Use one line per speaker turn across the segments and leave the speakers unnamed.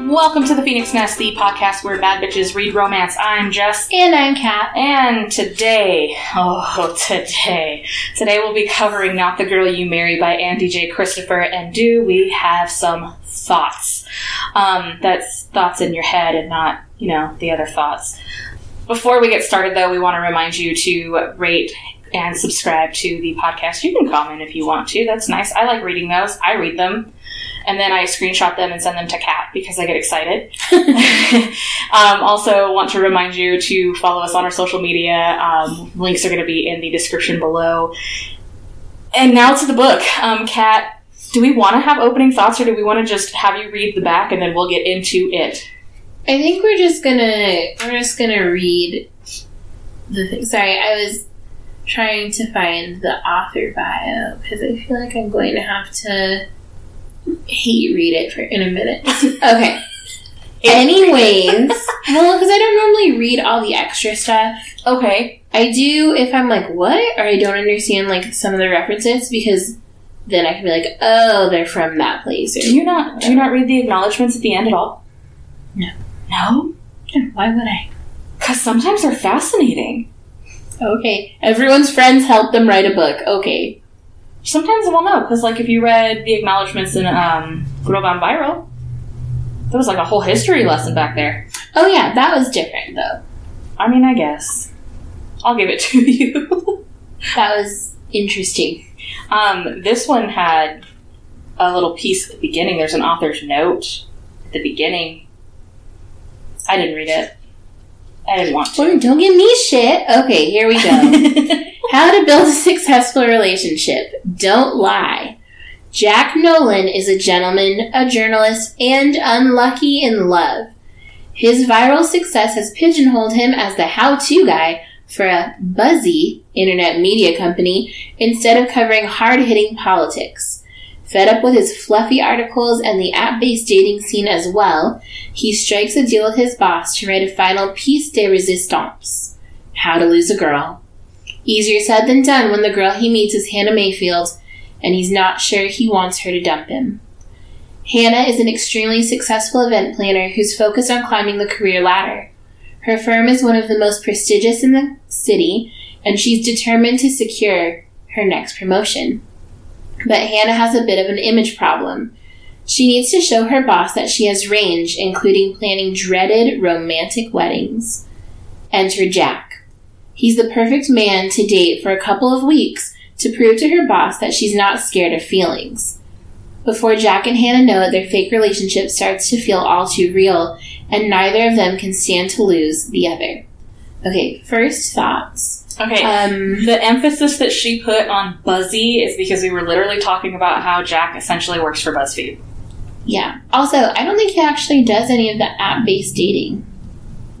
Welcome to the Phoenix Nest, the podcast where bad bitches read romance. I'm Jess,
And I'm Kat.
and today, oh, today, today we'll be covering Not the Girl You Marry by Andy J. Christopher, and do we have some thoughts? Um, that's thoughts in your head and not, you know, the other thoughts. Before we get started, though, we want to remind you to rate and subscribe to the podcast. You can comment if you want to. That's nice. I like reading those. I read them. And then I screenshot them and send them to Kat because I get excited. um, also, want to remind you to follow us on our social media. Um, links are going to be in the description below. And now to the book. Um, Kat, do we want to have opening thoughts or do we want to just have you read the back and then we'll get into it?
I think we're just gonna we're just gonna read the thing. Sorry, I was trying to find the author bio because I feel like I'm going to have to hate read it for in a minute. Okay. Anyways, well, because I don't normally read all the extra stuff.
Okay.
I do if I'm like what or I don't understand like some of the references because then I can be like oh they're from that place. Or,
Do you not do you not read the acknowledgments at the end at all?
No.
No?
Why would I?
Because sometimes they're fascinating.
Okay. Everyone's friends help them write a book. Okay.
Sometimes well no, because like if you read the acknowledgments in um Girl Gone Viral, there was like a whole history lesson back there.
Oh yeah, that was different though.
I mean I guess. I'll give it to you.
That was interesting.
um, this one had a little piece at the beginning. There's an author's note at the beginning. I didn't read it. I didn't want to.
Well, don't give me shit. Okay, here we go. How to build a successful relationship. Don't lie. Jack Nolan is a gentleman, a journalist, and unlucky in love. His viral success has pigeonholed him as the how to guy for a buzzy internet media company instead of covering hard hitting politics. Fed up with his fluffy articles and the app based dating scene as well, he strikes a deal with his boss to write a final piece de resistance How to Lose a Girl. Easier said than done when the girl he meets is Hannah Mayfield, and he's not sure he wants her to dump him. Hannah is an extremely successful event planner who's focused on climbing the career ladder. Her firm is one of the most prestigious in the city, and she's determined to secure her next promotion. But Hannah has a bit of an image problem. She needs to show her boss that she has range, including planning dreaded romantic weddings. Enter Jack. He's the perfect man to date for a couple of weeks to prove to her boss that she's not scared of feelings. Before Jack and Hannah know it, their fake relationship starts to feel all too real, and neither of them can stand to lose the other. Okay, first thoughts.
okay.
Um,
The emphasis that she put on Buzzy is because we were literally talking about how Jack essentially works for BuzzFeed.
yeah. Also, I don't think he actually does any of the app-based dating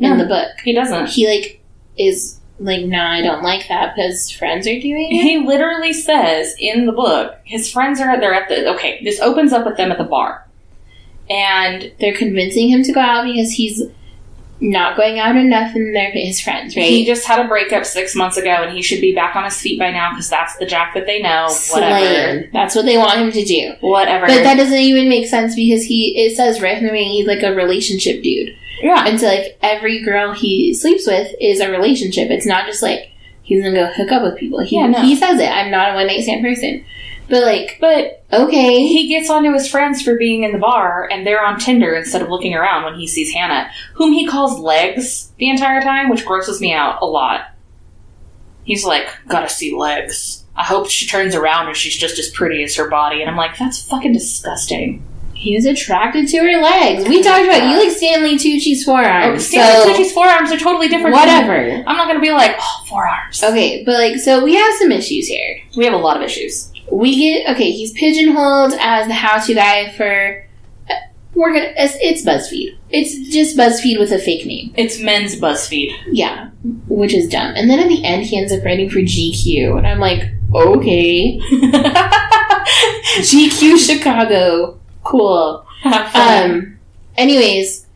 in
No.
the book.
He doesn't.
He like is like, nah, I don't like that because friends are doing it.
He literally says in the book, his friends are they're at the okay. This opens up with them at the bar, and
They're convincing him to go out because he's not going out enough, and they're his friends, right?
he just had a breakup six months ago, and he should be back on his feet by now because that's the Jack that they know. Whatever,
Slaying. That's what they want him to do.
whatever.
But that doesn't even make sense because he it says right from the beginning he's like a relationship dude.
yeah,
And so like every girl he sleeps with is a relationship. It's not just like he's gonna go hook up with people. He,
Yeah, no.
he says it. I'm not a one night stand person. But like,
but
okay.
he gets onto his friends for being in the bar, and they're on Tinder instead of looking around when he sees Hannah, whom he calls legs the entire time, which grosses me out a lot. He's like, gotta see legs. I hope she turns around and she's just as pretty as her body, and I'm like, that's fucking disgusting.
He was attracted to her legs. We talked about you like Stanley Tucci's forearm.
Oh,
so
Stanley Tucci's forearms are totally different. than-
whatever.
I'm not going to be like, oh, forearms.
Okay, but like so we have some issues here.
We have a lot of issues.
we get okay he's pigeonholed as the how-to guy for uh, we're gonna it's, it's buzzfeed it's just buzzfeed with a fake name
It's men's BuzzFeed.
yeah which is dumb and then at the end he ends up writing for gq and i'm like okay gq chicago cool um anyways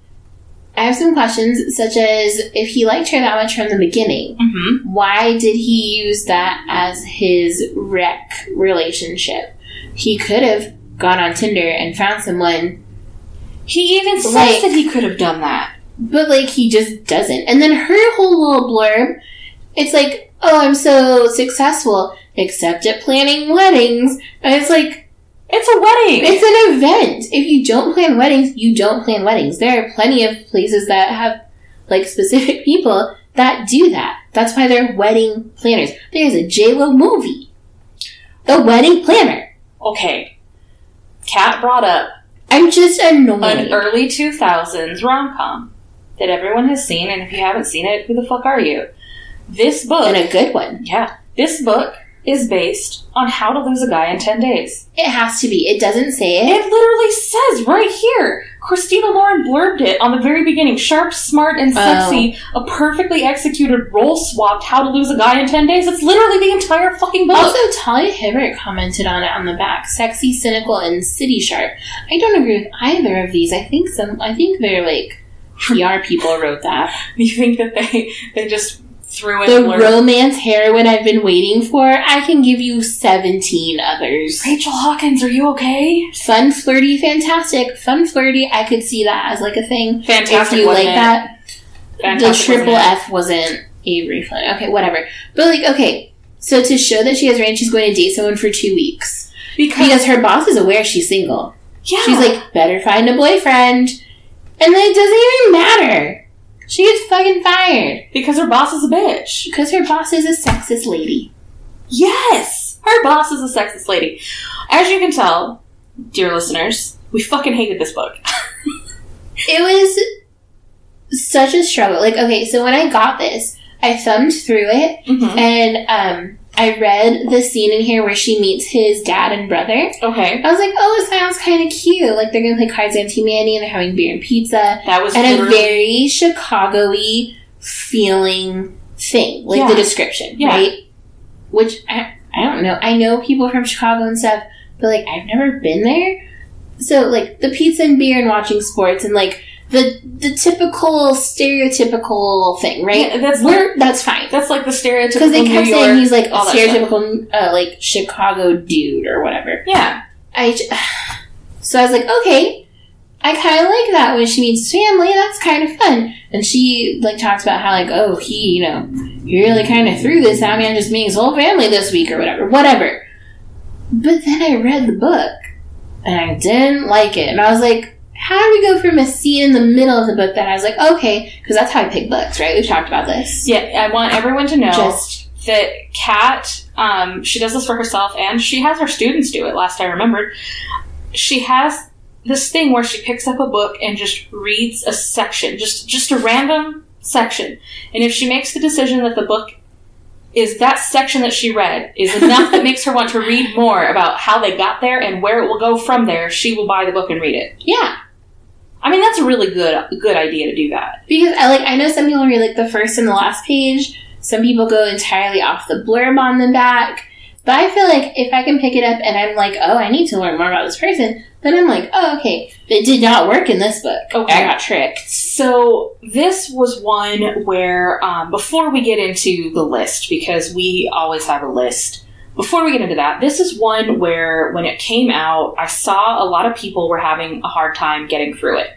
i have some questions such as if he liked her that much from the beginning
hmm
why did he use that as his wreck relationship? He could have gone on Tinder and found someone
He even says
Like-
that he could have done that.
But like he just doesn't. And then her whole little blurb, it's like, oh, I'm so successful, except at planning weddings. And it's like,
It's a wedding.
it's an event. If you don't plan weddings, you don't plan weddings. There are plenty of places that have like specific people that do that. That's why they're wedding planners. There's a J Lo movie, The Wedding Planner.
Okay. Kat brought up
I'm just annoyed.
an early 2000s rom com that everyone has seen, and if you haven't seen it, who the fuck are you? This book.
and a good one.
yeah. This book is based on how to lose a guy in 10 days.
It has to be. It doesn't say it.
It literally says right here. Christina Lauren blurbed it on the very beginning. Sharp, smart, and sexy.
Oh.
A perfectly executed role swapped. How to lose a guy in ten days. It's literally the entire fucking book.
Also, Talia Hibbert commented on it on the back. Sexy, cynical, and city sharp. I don't agree with either of these. I think some. I think they're like PR people wrote that.
you think that they they just threw in
The
blurb?
romance heroine I've been waiting for. I can give you seventeen others.
Rachel Hawkins, are you okay?
Fun, flirty, fantastic. Fun, flirty. I could see that as like a thing.
Fantastic.
if you like
wasn't it?
that, the
Fantastic,
triple
wasn't it?
F wasn't Avery Flynn. Okay, whatever. But like, okay, so to show that she has range, she's going to date someone for two weeks
because,
because her boss is aware she's single.
yeah,
She's like, better find a boyfriend, and then it doesn't even matter. She gets fucking fired
because her boss is a bitch.
because her boss is a sexist lady.
Yes! Her boss is a sexist lady. As you can tell, dear listeners, we fucking hated this book.
It was such a struggle. Like, okay, so when I got this, I thumbed through it and um, I read the scene in here where she meets his dad and brother.
Okay.
I was like, oh, it sounds kind of cute. Like they're gonna play Cards Against Humanity and they're having beer and pizza
That was
and a
literally-
very Chicago-y feeling thing, like
Yeah.
the description,
Yeah.
right? Which I, I don't know. I know people from Chicago and stuff, but like I've never been there. So like the pizza and beer and watching sports and like the the typical stereotypical thing, right?
Yeah, that's like,
We're that's fine.
that's like the stereotypical
Because they
New
kept
York-
saying he's like a
all that stuff.
stereotypical, uh, like Chicago dude or whatever.
Yeah.
I j- so I was like, okay, I kind of like that when she meets family. That's kind of fun. And she like talks about how like, oh, he, you know, he really kind of threw this at me. I'm just meeting his whole family this week or whatever, whatever. But then I read the book and I didn't like it, and I was like. How do we go from a scene in the middle of the book that I was like, okay, because that's how I pick books, right? We've talked about this.
Yeah, I want everyone to know
Just
that Kat, um, she does this for herself and she has her students do it, last I remembered. She has this thing where she picks up a book and just reads a section, just just a random section. And if she makes the decision that the book is that section that she read is enough that makes her want to read more about how they got there and where it will go from there, she will buy the book and read it.
yeah,
I mean, that's a really good good idea to do that.
Because I like I know some people read like the first and the last page. Some people go entirely off the blurb on the back. But I feel like if I can pick it up and I'm like, oh, I need to learn more about this person, then I'm like, oh, okay. It did not work in this book.
Okay.
I got tricked.
So this was one where um, before we get into the list, because we always have a list. Before we get into that, this is one where when it came out, I saw a lot of people were having a hard time getting through it.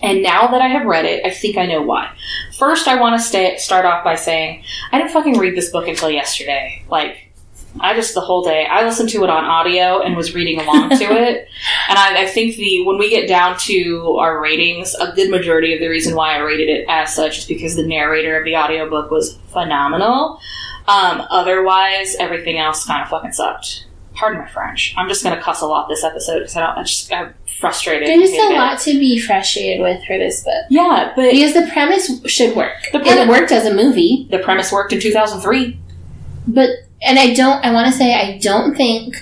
And now that I have read it, I think I know why. First, I want to sta start off by saying I didn't fucking read this book until yesterday. Like, I just the whole day I listened to it on audio and was reading along to it. And I, I think the when we get down to our ratings, a good majority of the reason why I rated it as such is because the narrator of the audiobook was phenomenal. Um, otherwise, everything else kind of fucking sucked. Pardon my French. I'm just gonna cuss a lot this episode because I don't. I just I'm frustrated. and
There's
hate
a
it.
lot to be frustrated with for this book.
Yeah, but
Because the premise should work.
The
and
premise-
it worked as a movie.
the premise worked in 2003.
But and I don't I wanna say I don't think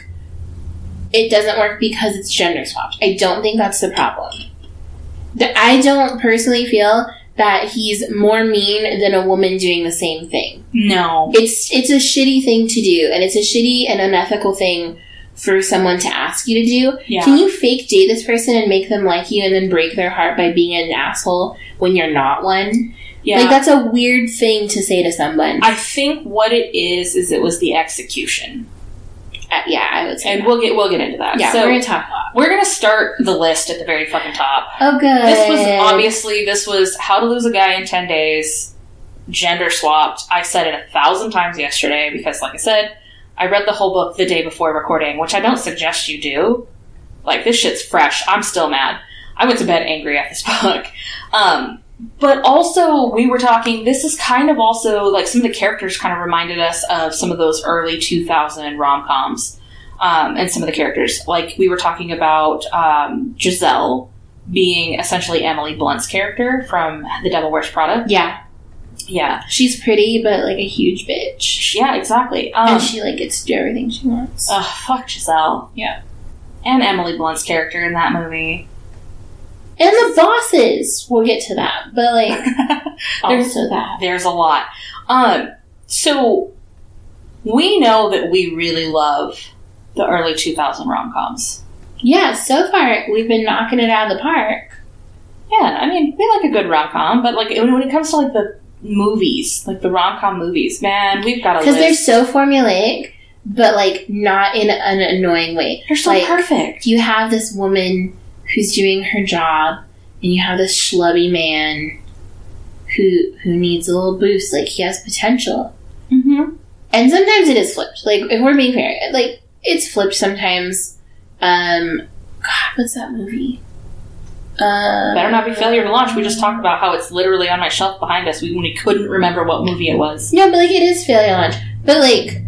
it doesn't work because it's gender swapped. I don't think that's the problem. Th- I don't personally feel that he's more mean than a woman doing the same thing.
No.
It's it's a shitty thing to do and it's a shitty and unethical thing for someone to ask you to do.
Yeah.
Can you fake date this person and make them like you and then break their heart by being an asshole when you're not one?
yeah.
Like that's a weird thing to say to someone.
I think what it is is it was the execution.
Uh, yeah, I would say.
and
that.
we'll get we'll get into that.
yeah,
so
we're gonna talk a lot.
we're gonna start the list at the very fucking top.
Oh, good.
This was obviously this was how to lose a guy in ten days, gender swapped. I said it a thousand times yesterday because, like I said, I read the whole book the day before recording, which I don't suggest you do. Like this shit's fresh. I'm still mad. I went to bed angry at this book. Um, but also, we were talking. This is kind of also like some of the characters kind of reminded us of some of those early 2000 rom coms um, and some of the characters. Like, we were talking about um, Giselle being essentially Emily Blunt's character from The Devil Wears Prada.
Yeah,
Yeah.
she's pretty, but like a huge bitch,
Yeah, exactly. Um, uh,
and she like gets to do everything she wants.
Ugh, fuck Giselle.
Yeah.
And Emily Blunt's character in that movie.
and the bosses, we'll get to that, but like also that.
There's a lot. Um, so we know that we really love the early 2000 rom coms.
Yeah, so far we've been knocking it out of the park.
Yeah, I mean, we like a good rom com, but like when when it comes to like the movies, like the rom com movies, man, we've got a
because
list.
they're so formulaic, but like not in an annoying way.
they're so
like-
perfect.
You have this woman who's doing her job, and you have this schlubby man who who needs a little boost. Like he has potential,
Mm-hmm.
and sometimes it is flipped. Like if we're being fair, like it's flipped sometimes. Um, God, what's that movie? Uh,
Better not be failure to launch. We just talked about how it's literally on my shelf behind us. We, we couldn't remember what movie it was.
No, but like it is failure launch. But like,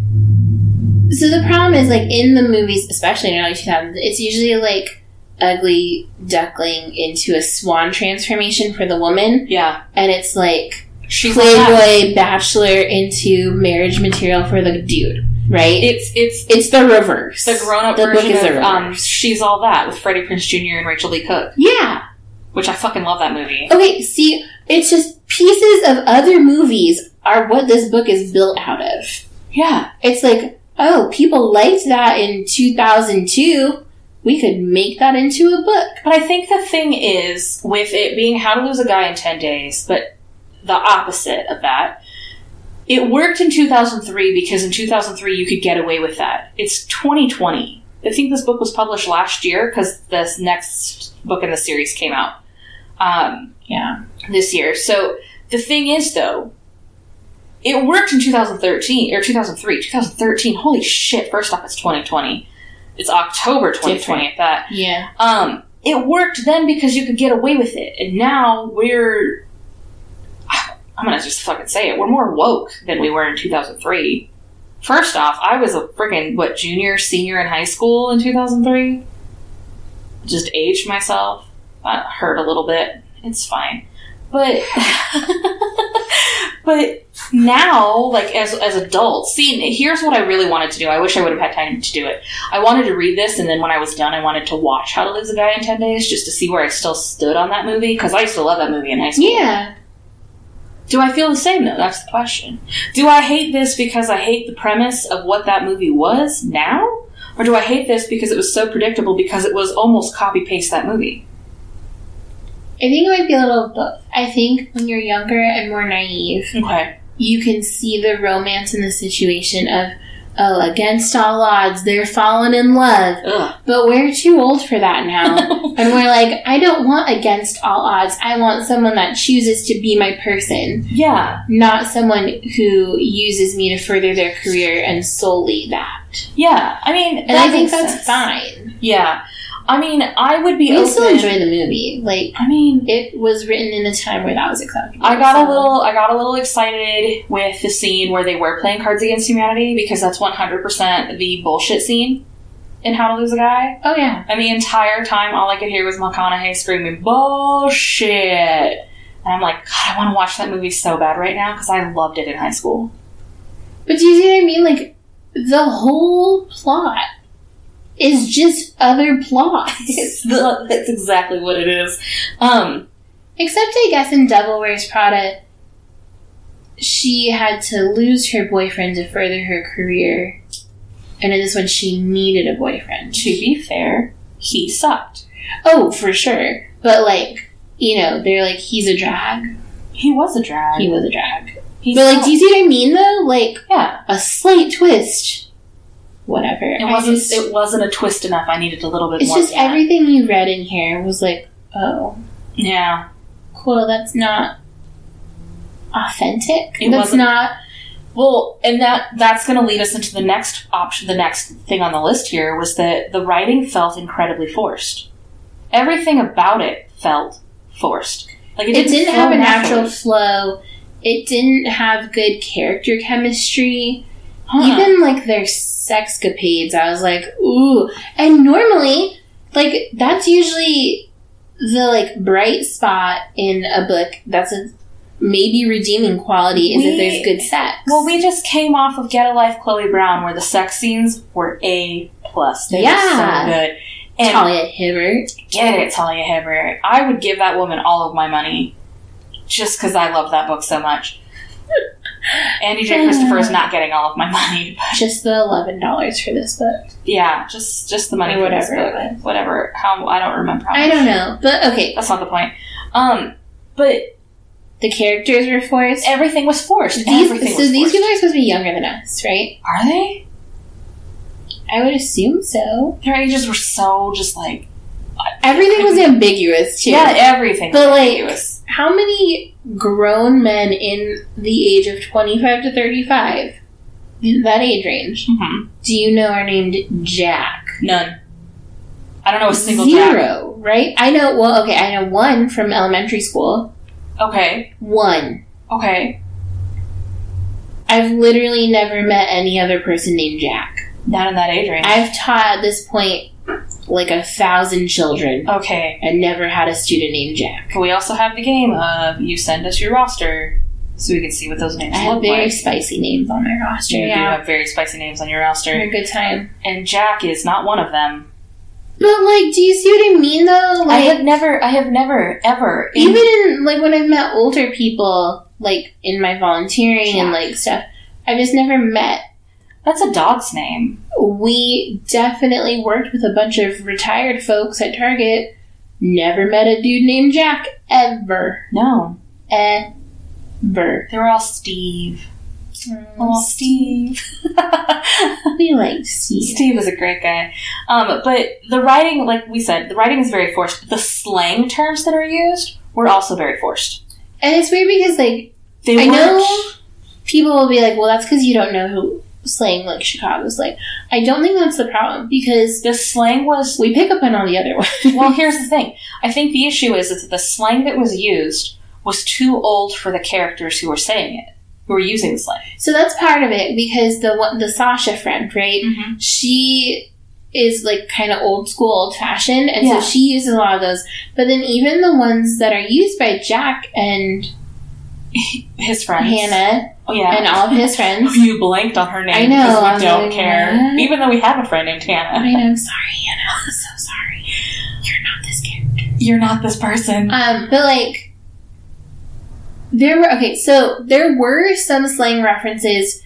so the problem is like in the movies, especially in early two thousands, it's usually like ugly duckling into a swan transformation for the woman,
Yeah,
and it's like
she's like that.
playboy bachelor into marriage material for the dude, right?
It's it's
it's the reverse.
the grown up
The book
version
is the
of um,
reverse.
She's All That with Freddie Prince Jr. and Rachel Lee Cook,
yeah.
which I fucking love that movie.
Okay. See, it's just pieces of other movies are what this book is built out of.
Yeah,
it's like, oh, people liked that in 2002. We could make that into a book.
but I think the thing is with it being How to Lose a Guy in Ten Days, but the opposite of that. It worked in 2003 because in 2003 you could get away with that. It's 2020. I think this book was published last year because this next book in the series came out. Um,
Yeah.
this year. So the thing is, though, it worked in 2013 or 2003, 2013. Holy shit! First off, it's 2020. It's October 2020 at that.
Yeah.
Um, it worked then because you could get away with it, and now we're. I'm gonna just fucking say it. We're more woke than we were in 2003. First off, I was a freaking what junior, senior in high school in 2003. Just aged myself. That hurt a little bit. It's fine, but but now, like as as adults, see, here's what I really wanted to do. I wish I would have had time to do it. I wanted to read this, and then when I was done, I wanted to watch How to Lose a Guy in 10 Days just to see where I still stood on that movie because I used to love that movie in high school.
Yeah.
Do I feel the same though? That's the question. Do I hate this because I hate the premise of what that movie was now? Or do I hate this because it was so predictable because it was almost copy paste that movie?
I think it might be a little of both. I think when you're younger and more naive,
Okay.
you can see the romance in the situation of, oh, against all odds, they're falling in love.
Ugh.
But we're too old for that now. and we're like, I don't want against all odds. I want someone that chooses to be my person.
yeah.
not someone who uses me to further their career and solely that.
Yeah. I mean,
And
that
I think
makes sense.
that's fine.
Yeah. I mean, I would be
We
open.
still enjoy the movie. Like
I mean,
it was written in a time where that was acceptable.
I got a
so-
little I got a little excited with the scene where they were playing Cards Against Humanity because that's 100% the bullshit scene in How to Lose a Guy.
Oh yeah,
And the entire time all I could hear was McConaughey screaming bullshit. And I'm like, God, I want to watch that movie so bad right now because I loved it in high school.
but do you see what I mean? Like the whole plot is just other plots.
It's the, that's exactly what it is. Um,
Except I guess in Devil Wears Prada, she had to lose her boyfriend to further her career, and in this one she needed a boyfriend.
to be fair, he sucked.
Oh, for sure. But like, you know, they're like, he's a drag.
He was a drag.
He was a drag.
He
But like,
sucked.
do you see what I mean though? Like
yeah,
a slight twist whatever.
It
I
wasn't.
just-
it wasn't a twist enough. I needed a little bit
it's
more.
just
than that.
everything you read in here was like, oh,
Yeah,
cool. That's not authentic.
It
that's
wasn't-
not.
Well, and that that's going to lead us into the next option. The next thing on the list here was that the writing felt incredibly forced. Everything about it felt forced. Like
It didn't
feel
have a
natural.
natural flow. It didn't have good character chemistry.
Huh.
Even like their sexcapades, I was like, ooh. And normally, like that's usually the like bright spot in a book. That's a maybe redeeming quality is
We-
if there's good sex.
well, we just came off of Get a Life, Chloe Brown, where the sex scenes were a plus. They
Yeah.
were so good. And
Talia Hibbert.
get it, Talia Hibbert. I would give that woman all of my money just because I love that book so much. Andy J. Christopher is not getting all of my money,
Just the eleven dollars for this book.
Yeah, just just the money
Or
for this
whatever
book.
it
whatever. How I don't remember. How
I
much.
don't know, but okay.
That's not the point. Um, but
The characters were forced.
everything was forced.
These, so
everything was
these
forced.
people are supposed to be younger than us, right?
are they?
I would assume so.
Their ages were so just like
Everything was ambiguous too.
yeah, everything. was
But, like,
ambiguous.
How many grown men in the age of 25 to 35, in that age range,
Mhm.
do you know are named Jack?
none. I don't know a single
Zero,
Jack.
right? I know, well, okay, I know one from elementary school.
Okay,
One.
okay,
I've literally never met any other person named Jack.
not in that age range.
I've taught at this point like a thousand children
okay,
and never had a student named Jack.
but we also have the game of you send us your roster so we can see what those names
I have
look
very
like.
spicy names on my roster.
You do
Yeah.
have very spicy names on your roster,
They're a good time.
and Jack is not one of them.
But, like, do you see what I mean, though?
I
Like,
have never, I have never, ever. in-
even in like when I've met older people, like in my volunteering and like stuff, I've just never met.
that's a dog's name.
We definitely worked with a bunch of retired folks at Target. Never met a dude named Jack ever,
No,
ever.
they were all Steve. Oh, Steve.
We like Steve.
Steve was a great guy. Um, but the writing, like we said, the writing is very forced. The slang terms that are used were also very forced.
and it's weird because like
They
I
weren't-
know people will be like, "Well, that's because you don't know who slang like Chicago's like." I don't think that's the problem because
the slang was
we pick up on all the other ones.
well, here's the thing. I think the issue is, is that the slang that was used was too old for the characters who were saying it, who were using the slang.
So that's part of it because the one, the Sasha friend, right?
Mm-hmm.
She is like kind of old school, old fashioned, and
Yeah.
so she uses a lot of those. But then even the ones that are used by Jack and
His friends.
Hannah
Oh, yeah.
and all of his friends.
You blanked on her name.
I know,
because
I was
We don't
like,
care.
what?
Even though we have a friend named Hannah.
I know, I'm sorry, Hannah. I'm so sorry. You're not this kid.
You're not this person.
Um, but like, there were okay. So there were some slang references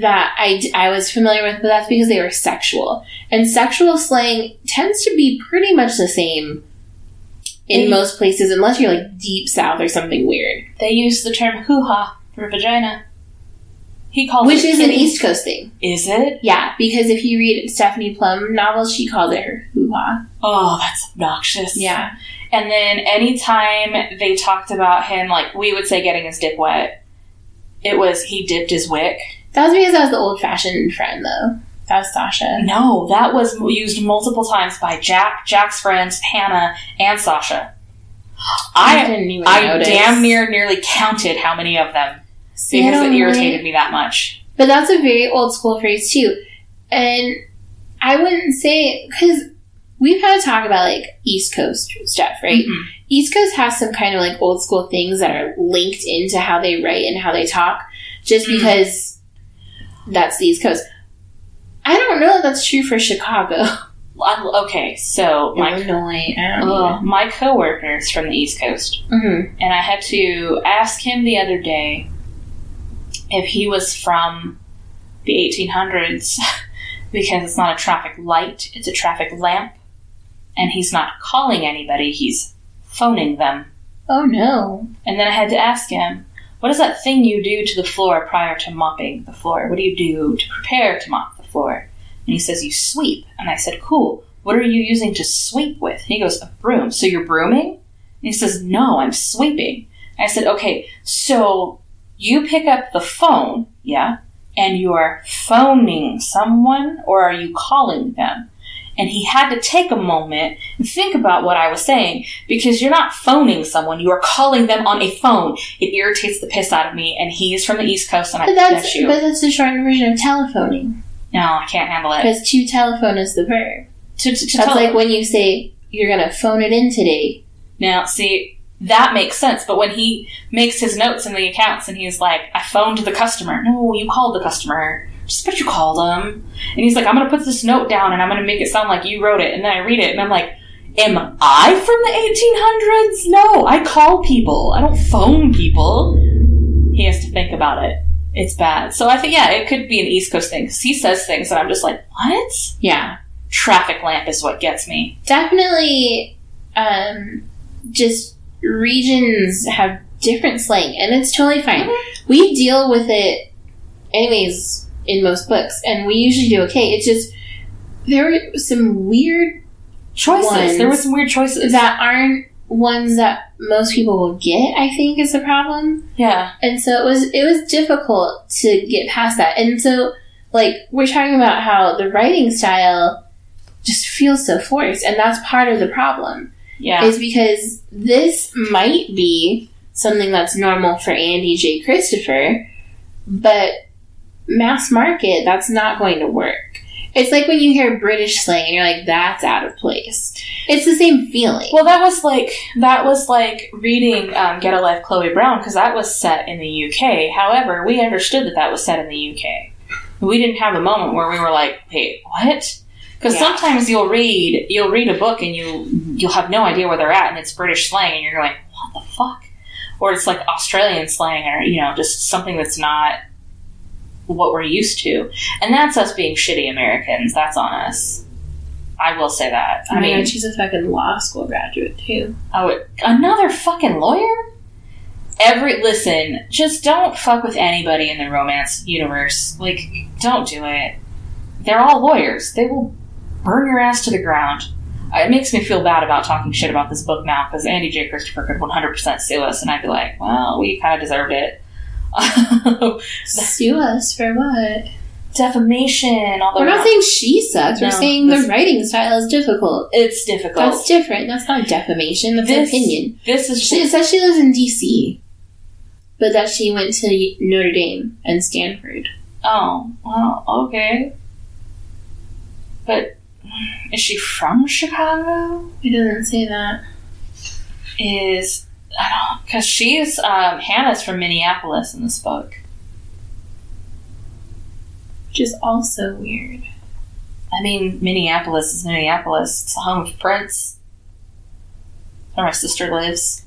that I d- I was familiar with, but that's because they were sexual. And sexual slang tends to be pretty much the same in
They-
most places, unless you're like deep south or something weird,
They use the term hoo ha for vagina. He called
which
it
is an
kitty.
East Coast thing.
Is it?
Yeah, because if you read Stephanie Plum novels, she called it her hoo ha.
Oh, that's obnoxious.
Yeah,
And then anytime they talked about him, like we would say getting his dick wet, it was he dipped his wick.
that was because that was the old fashioned friend though. That was Sasha.
No, that was used multiple times by Jack, Jack's friends, Hannah, and Sasha. I
didn't even
I
notice.
damn near nearly counted how many of them
See, I
because it
don't
irritated
like-
me that much.
But that's a very old school phrase too. And I wouldn't say because we've had to talk about like East Coast stuff, right?
Mhm.
East Coast has some kind of like old school things that are linked into how they write and how they talk, just
Mhm.
because that's the East Coast. I don't know if that's true for Chicago,
I'm- okay, so my
Illinois. I don't know.
Ugh, my coworker is from the East Coast,
Mhm.
and I had to ask him the other day if he was from the 1800s because it's not a traffic light, it's a traffic lamp, and he's not calling anybody, he's phoning them.
Oh no!
And then I had to ask him, what is that thing you do to the floor prior to mopping the floor? What do you do to prepare to mop the floor? And he says, You sweep. And I said, Cool. What are you using to sweep with? And he goes, A broom. So you're brooming? And he says, No, I'm sweeping. I said, Okay, so you pick up the phone, yeah, and you're phoning someone or are you calling them? And he had to take a moment and think about what I was saying because you're not phoning someone, you are calling them on a phone. It irritates the piss out of me, and he is from the East Coast, and I
But that's
bet you.
but that's the shortened version of telephoning
no, I can't handle it.
because to telephone is the verb.
To, to, to
That's
tell-
like when you say you're gonna phone it in today.
Now, see, that makes sense, but when he makes his notes in the accounts and he's like, I phoned the customer. No, you called the customer. Just but you called him. And he's like, I'm going to put this note down and I'm going to make it sound like you wrote it. And then I read it and I'm like, Am I from the 1800s? No, I call people. I don't phone people. He has to think about it. It's bad. So I think, yeah, it could be an East Coast thing 'cause he says things and I'm just like, what?
Yeah,
Traffic lamp is what gets me.
definitely. Um, just regions have different slang, and it's totally fine. We deal with it, anyways, in most books, and we usually do okay. It's just there are some weird
Choices. There were
Ones
some weird choices.
that aren't ones that most people will get i think is the problem
yeah.
and so it was it was difficult to get past that and so like we're talking about how the writing style just feels so forced and that's part of the problem
Yeah.
is because this might be something that's normal for andy j christopher but mass market that's not going to work it's like when you hear british slang and you're like that's out of place it's the same feeling
well, that was like that was like reading um, Get a Life, Chloe Brown, because that was set in the UK. However, we understood that that was set in the UK. We didn't have a moment where we were like, "Wait, what?" Because
Yeah.
sometimes you'll read you'll read a book and you you'll have no idea where they're at, and it's British slang, and you're going, "What the fuck?" Or it's like Australian slang, or you know, just something that's not what we're used to, and that's us being shitty Americans. That's on us. I will say that. I mean,
she's a fucking law school graduate too.
Oh, it- another fucking lawyer? Every listen, just don't fuck with anybody in the romance universe. Like, don't do it. They're all lawyers. They will burn your ass to the ground. Uh, It makes me feel bad about talking shit about this book now because Andy J. Christopher could 100% sue us, and I'd be like, well, we kind of deserved it.
Sue us for what?
Defamation, although
We're not saying she sucks. We're
No,
saying the
this-
writing style is difficult.
it's difficult.
That's different. That's not defamation. That's
This-
opinion.
this is
She it says she lives in D.C., but that she went to Notre Dame and Stanford.
Oh, well, okay. But is she from Chicago?
It doesn't say that.
Is I don't because she's um, Hannah's from Minneapolis in this book.
Which is also weird.
I mean, Minneapolis is Minneapolis. It's the home of Prince. Where my sister lives,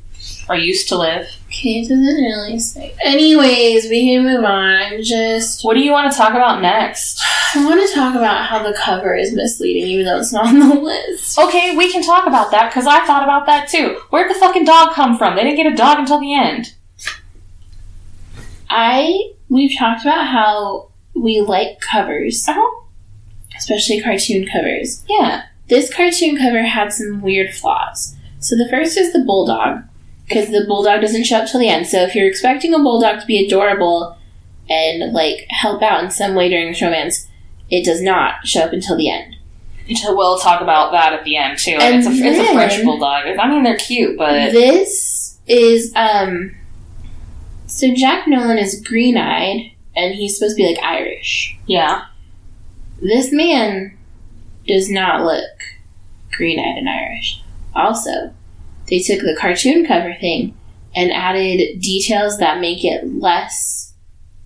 or used to live.
Okay, it doesn't really say. Anyways, we can move on. Just
What do you want to talk about next?
I want to talk about how the cover is misleading, even though it's not on the list.
Okay, we can talk about that because I thought about that too. Where'd the fucking dog come from? They didn't get a dog until the end.
I we've talked about how we like covers,
Uh-huh.
especially cartoon covers.
Yeah.
This cartoon cover had some weird flaws. So the first is the bulldog, because the bulldog doesn't show up till the end. So if you're expecting a bulldog to be adorable and like help out in some way during this romance, it does not show up until the end.
We'll talk about that at the end too. And
And
it's, a, it's a French
then-
bulldog. I mean, they're cute, but
This is um. So Jack Nolan is green-eyed, and he's supposed to be like Irish.
yeah,
This man does not look green eyed and Irish. Also, they took the cartoon cover thing and added details that make it less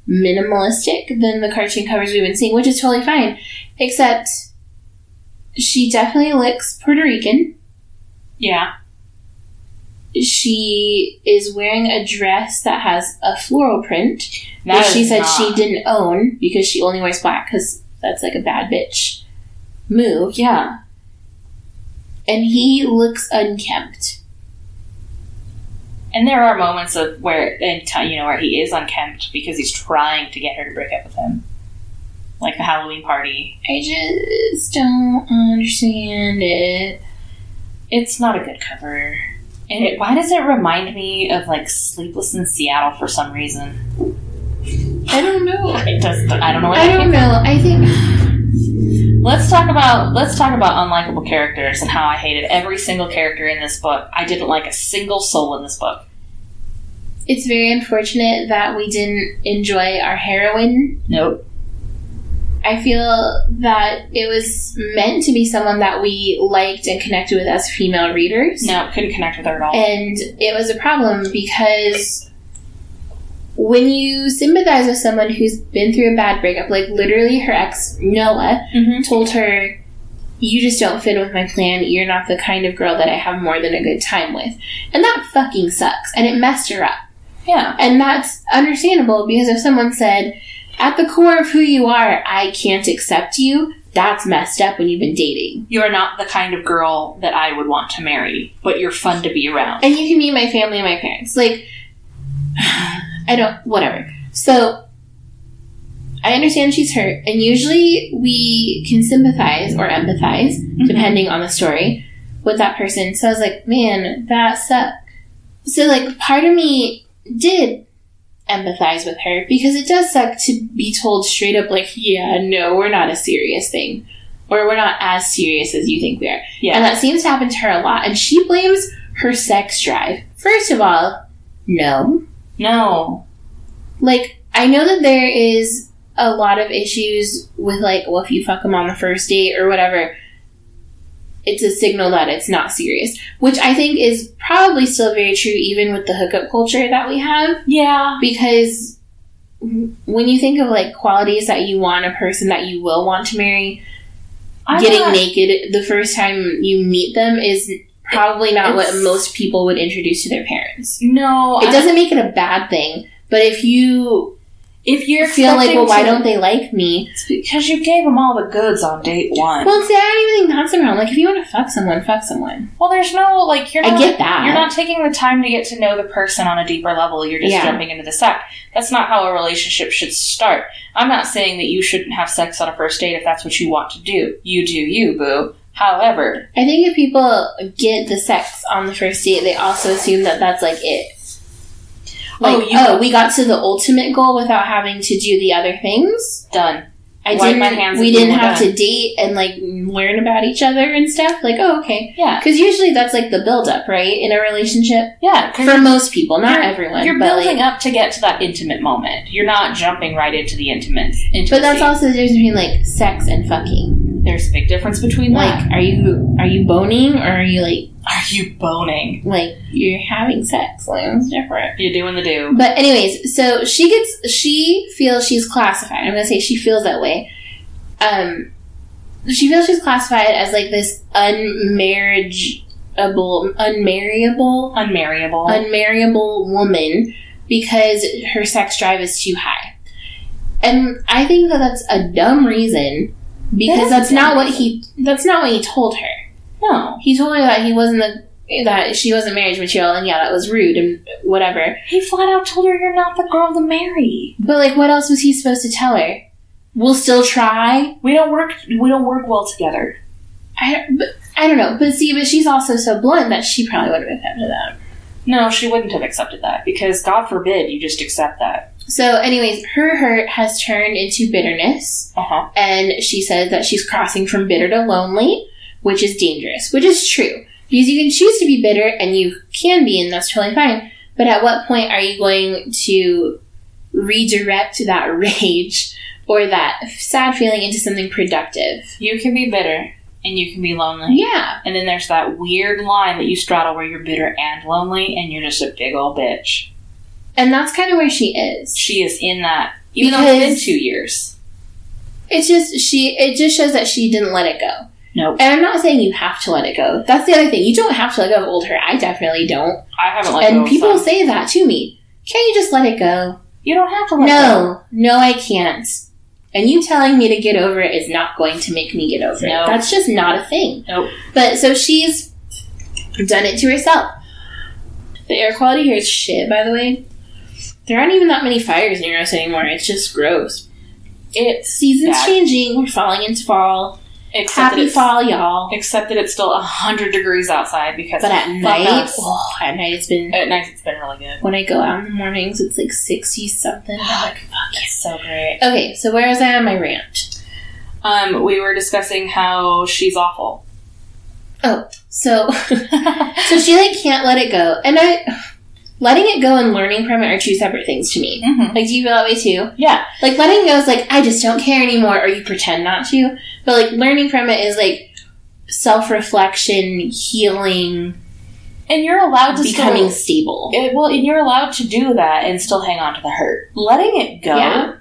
minimalistic than the cartoon covers we've been seeing, which is totally fine. Except she definitely looks Puerto Rican.
yeah,
She is wearing a dress that has a floral print
That
that she
is
said
not-
she didn't own because she only wears black because that's like a bad bitch move.
Yeah,
and he looks unkempt.
and there are moments of where and t- you know where he is unkempt because he's trying to get her to break up with him. like the Halloween party.
I just don't understand it.
It's not a good cover. And it, why does it remind me of like Sleepless in Seattle for some reason?
I don't know.
It does. I don't know. Where
I
that came from.
don't know. I think
Let's talk about let's talk about unlikable characters and how I hated every single character in this book. I didn't like a single soul in this book.
it's very unfortunate that we didn't enjoy our heroine.
Nope.
I feel that it was meant to be someone that we liked and connected with as female readers.
No, couldn't connect with her at all.
And it was a problem because when you sympathize with someone who's been through a bad breakup, like literally her ex, Noah,
Mhm.
told her, You just don't fit with my plan. You're not the kind of girl that I have more than a good time with. And that fucking sucks. And it messed her up.
Yeah.
And that's understandable because if someone said, At the core of who you are, I can't accept you, that's messed up when you've been dating.
You are not the kind of girl that I would want to marry, but you're fun to be around.
and you can meet my family and my parents. Like, I don't, whatever. So, I understand she's hurt, and usually we can sympathize or empathize,
Mm-hmm.
depending on the story, with that person. So I was like, man, that sucked. So, like, part of me did empathize with her because it does suck to be told straight up, like, yeah, no, we're not a serious thing. Or we're not as serious as you think we are.
Mm-hmm. Yeah.
And that seems to happen to her a lot. And she blames her sex drive. First of all, no.
no.
Like, I know that there is a lot of issues with, like, well, if you fuck him on the first date or whatever, it's a signal that it's not serious. Which I think is probably still very true, even with the hookup culture that we have
Yeah.
because w- when you think of like qualities that you want a person that you will want to marry,
I'm
getting
not-
naked the first time you meet them is probably not what
It's-
most people would introduce to their parents.
No.
It
I-
doesn't make it a bad thing, but if you
If you're
feel like,
expecting
well, why
to-
don't they like me?
It's because you gave them all the goods on date one.
Well, see, I don't even think that's the problem. Like, if you want to fuck someone, fuck someone.
Well, there's no like you're
I
not
get that.
you're not taking the time to get to know the person on a deeper level. You're just
Yeah.
jumping into the sack. That's not how a relationship should start. I'm not saying that you shouldn't have sex on a first date if that's what you want to do. You do you, boo. However,
I think if people get the sex on the first date, they also assume that that's like it. Like,
Oh,
oh,
you-
we got to the ultimate goal without having to do the other things.
done.
I
Wipe
didn't.
my hands
we
and
didn't
we're
have
done.
to date and like learn about each other and stuff. Like, oh, okay.
Yeah,
Because usually that's like the buildup, right, in a relationship
yeah. 'cause
for most people, not
you're-
everyone.
you're
but,
building
like,
up to get to that intimate moment. You're not jumping right into the intimate. Intimacy.
but that's also the difference between like sex and fucking.
There's a big difference between like,
Like, are you are you boning or are you like
are you boning?
like you're having sex? Like, it's different.
You're doing the do.
But anyways, so she gets she feels she's classified. I'm gonna say she feels that way. Um, she feels she's classified as like this unmarriageable, unmarriable,
Unmarriable.
unmarriable woman because her sex drive is too high. And I think that that's a dumb reason
That
because
is a
that's
dumb
not what he that's not what he told her.
no.
He told her that he wasn't the that she wasn't marriage material and yeah, that was rude and whatever.
He flat out told her you're not the girl to marry.
But like, what else was he supposed to tell her? We'll still try.
We don't work. We don't work well together.
I don't, but, I don't know. But see, but she's also so blunt that she probably would have accepted that.
No, she wouldn't have accepted that because God forbid you just accept that.
So, anyways, her hurt has turned into bitterness,
Uh huh.
and she says that she's crossing from bitter to lonely, which is dangerous. Which is true because you can choose to be bitter, and you can be, and that's totally fine. But at what point are you going to redirect that rage or that sad feeling into something productive?
You can be bitter and you can be lonely.
Yeah.
And then there's that weird line that you straddle where you're bitter and lonely and you're just a big old bitch.
And that's kind of where she is.
She is in that, even though it's been
Because-
two years.
It's just she. It just shows that she didn't let it go.
Nope.
And I'm not saying you have to let it go. That's the other thing. You don't have to let go of old her. I definitely don't.
I haven't let go
and
of
people
some.
say that to me. Can't you just let it go?
You don't have to let go.
No, no, I can't. And you telling me to get over it is not going to make me get over
No.
it. That's just not a thing.
Nope.
But so she's done it to herself. The air quality here is shit, by the way. There aren't even that many fires near us anymore. It's just gross.
It's
Seasons
bad.
changing. We're falling into fall.
except that
Happy
it's,
fall, y'all.
Except that it's still hundred degrees outside because
But at
fuck
night,
us.
oh, at night it's been.
at night it's been really good.
When I go out in the mornings, it's like sixty something. I'm like, fuck
It's so great.
yeah. Okay, so where was I on my rant?
Um, we were discussing how she's awful. Mm-hmm.
So, so she like can't let it go, and I, letting it go and learning from it are two separate things to me.
mm-hmm.
Like, do you feel that way too?
Yeah,
Like letting go is like I just don't care anymore, or you pretend not to. But like learning from it is like self reflection, healing,
and you're allowed to still.
becoming stable.
It- well, and you're allowed to do that and still hang on to the hurt. Letting it go.
Yeah.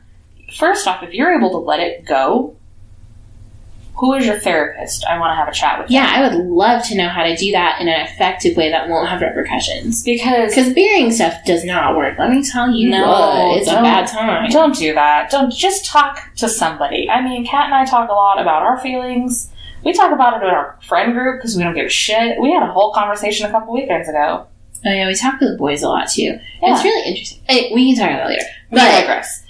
First off, if you're able to let it go, who is your therapist? I want to have a chat with.
Yeah, I would love to know how to do that in an effective way that won't have repercussions.
Because
Because burying stuff does not work. Let me tell you,
No,
what, it's a
don't.
bad time.
Don't do that. Don't just talk to somebody. I mean, Kat and I talk a lot about our feelings. We talk about it in our friend group because we don't give a shit. We had a whole conversation a couple weekends ago.
Oh yeah, we talk to the boys a lot too.
Yeah.
It's really interesting. Hey, we can talk about it later.
We
But-
digress.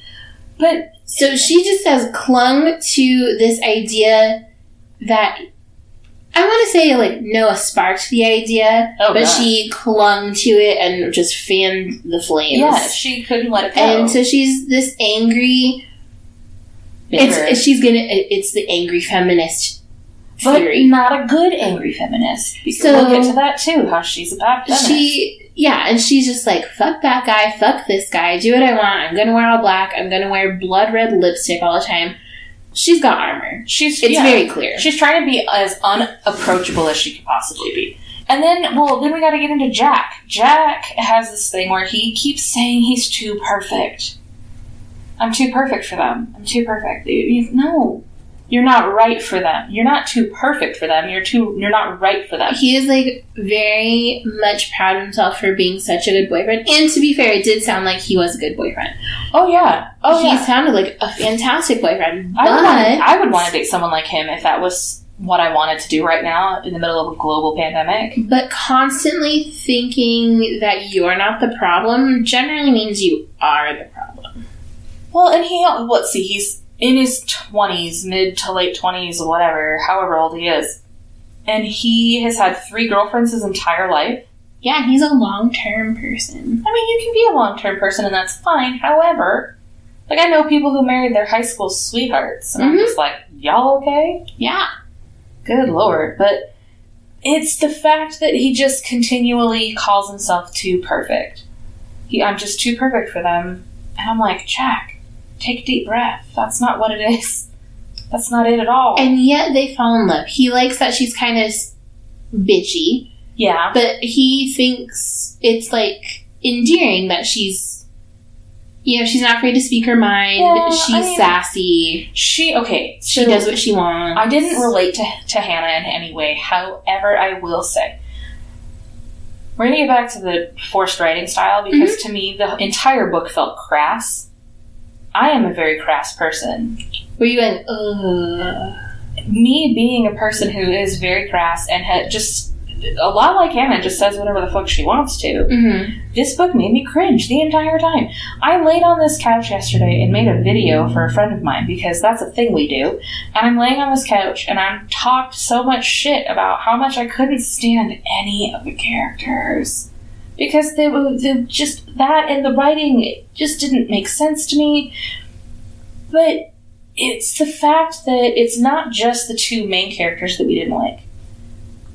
But
So she just has clung to this idea that I want to say like Noah sparked the idea,
oh,
but
God.
she clung to it and just fanned the flames.
yeah, oh. she couldn't let it go.
And so she's this angry. It's,
Bitter.
it's- she's gonna. it- It's the angry feminist
but
theory.
not a good angry feminist.
So-
we'll get to that too. How she's a bad feminist.
She, yeah, and she's just like, fuck that guy, fuck this guy, do what I want. I'm gonna wear all black. I'm gonna wear blood red lipstick all the time. She's got armor.
she's
It's
yeah.
very clear.
She's trying to be as unapproachable as she could possibly be. And then, well, then we got to get into Jack. Jack has this thing where he keeps saying he's too perfect. I'm too perfect for them. I'm too perfect. You- you- No, you're not right for them. You're not too perfect for them. You're too. You're not right for them.
He is like very much proud of himself for being such a good boyfriend. And to be fair, it did sound like he was a good boyfriend.
Oh yeah. Oh
he
yeah.
sounded like a fantastic boyfriend. But
I would, want, I would want to date someone like him if that was what I wanted to do right now in the middle of a global pandemic.
but constantly thinking that you're not the problem generally means you are the problem.
Well, and he, let's see, he's in his 20s, mid to late 20s, whatever, however old he is. And he has had three girlfriends his entire life.
Yeah, he's a long term person.
I mean, you can be a long term person and that's fine. However, like, I know people who married their high school sweethearts, and I'm
Mhm.
just like, y'all okay?
Yeah.
Good lord. But it's the fact that he just continually calls himself too perfect. He, I'm just too perfect for them. And I'm like, Jack, take a deep breath. That's not what it is. That's not it at all.
And yet they fall in love. He likes that she's kind of s- bitchy,
yeah.
but he thinks it's like endearing that she's, you know, she's not afraid to speak her mind.
Yeah, I
she's
mean-
sassy.
She, okay.
She
so
does what she wants.
I didn't relate to, to Hannah in any way. However, I will say, we're going to get back to the forced writing style because to me, the entire book felt crass. I am a very crass person.
Were you uh, going, ugh?
me being a person who is very crass and ha- just a lot like Hannah just says whatever the fuck she wants to.
Mm-hmm.
This book made me cringe the entire time. I laid on this couch yesterday and made a video for a friend of mine because that's a thing we do. And I'm laying on this couch and I'm talked so much shit about how much I couldn't stand any of the characters. Because they were they just that and the writing it just didn't make sense to me. But it's the fact that it's not just the two main characters that we didn't like.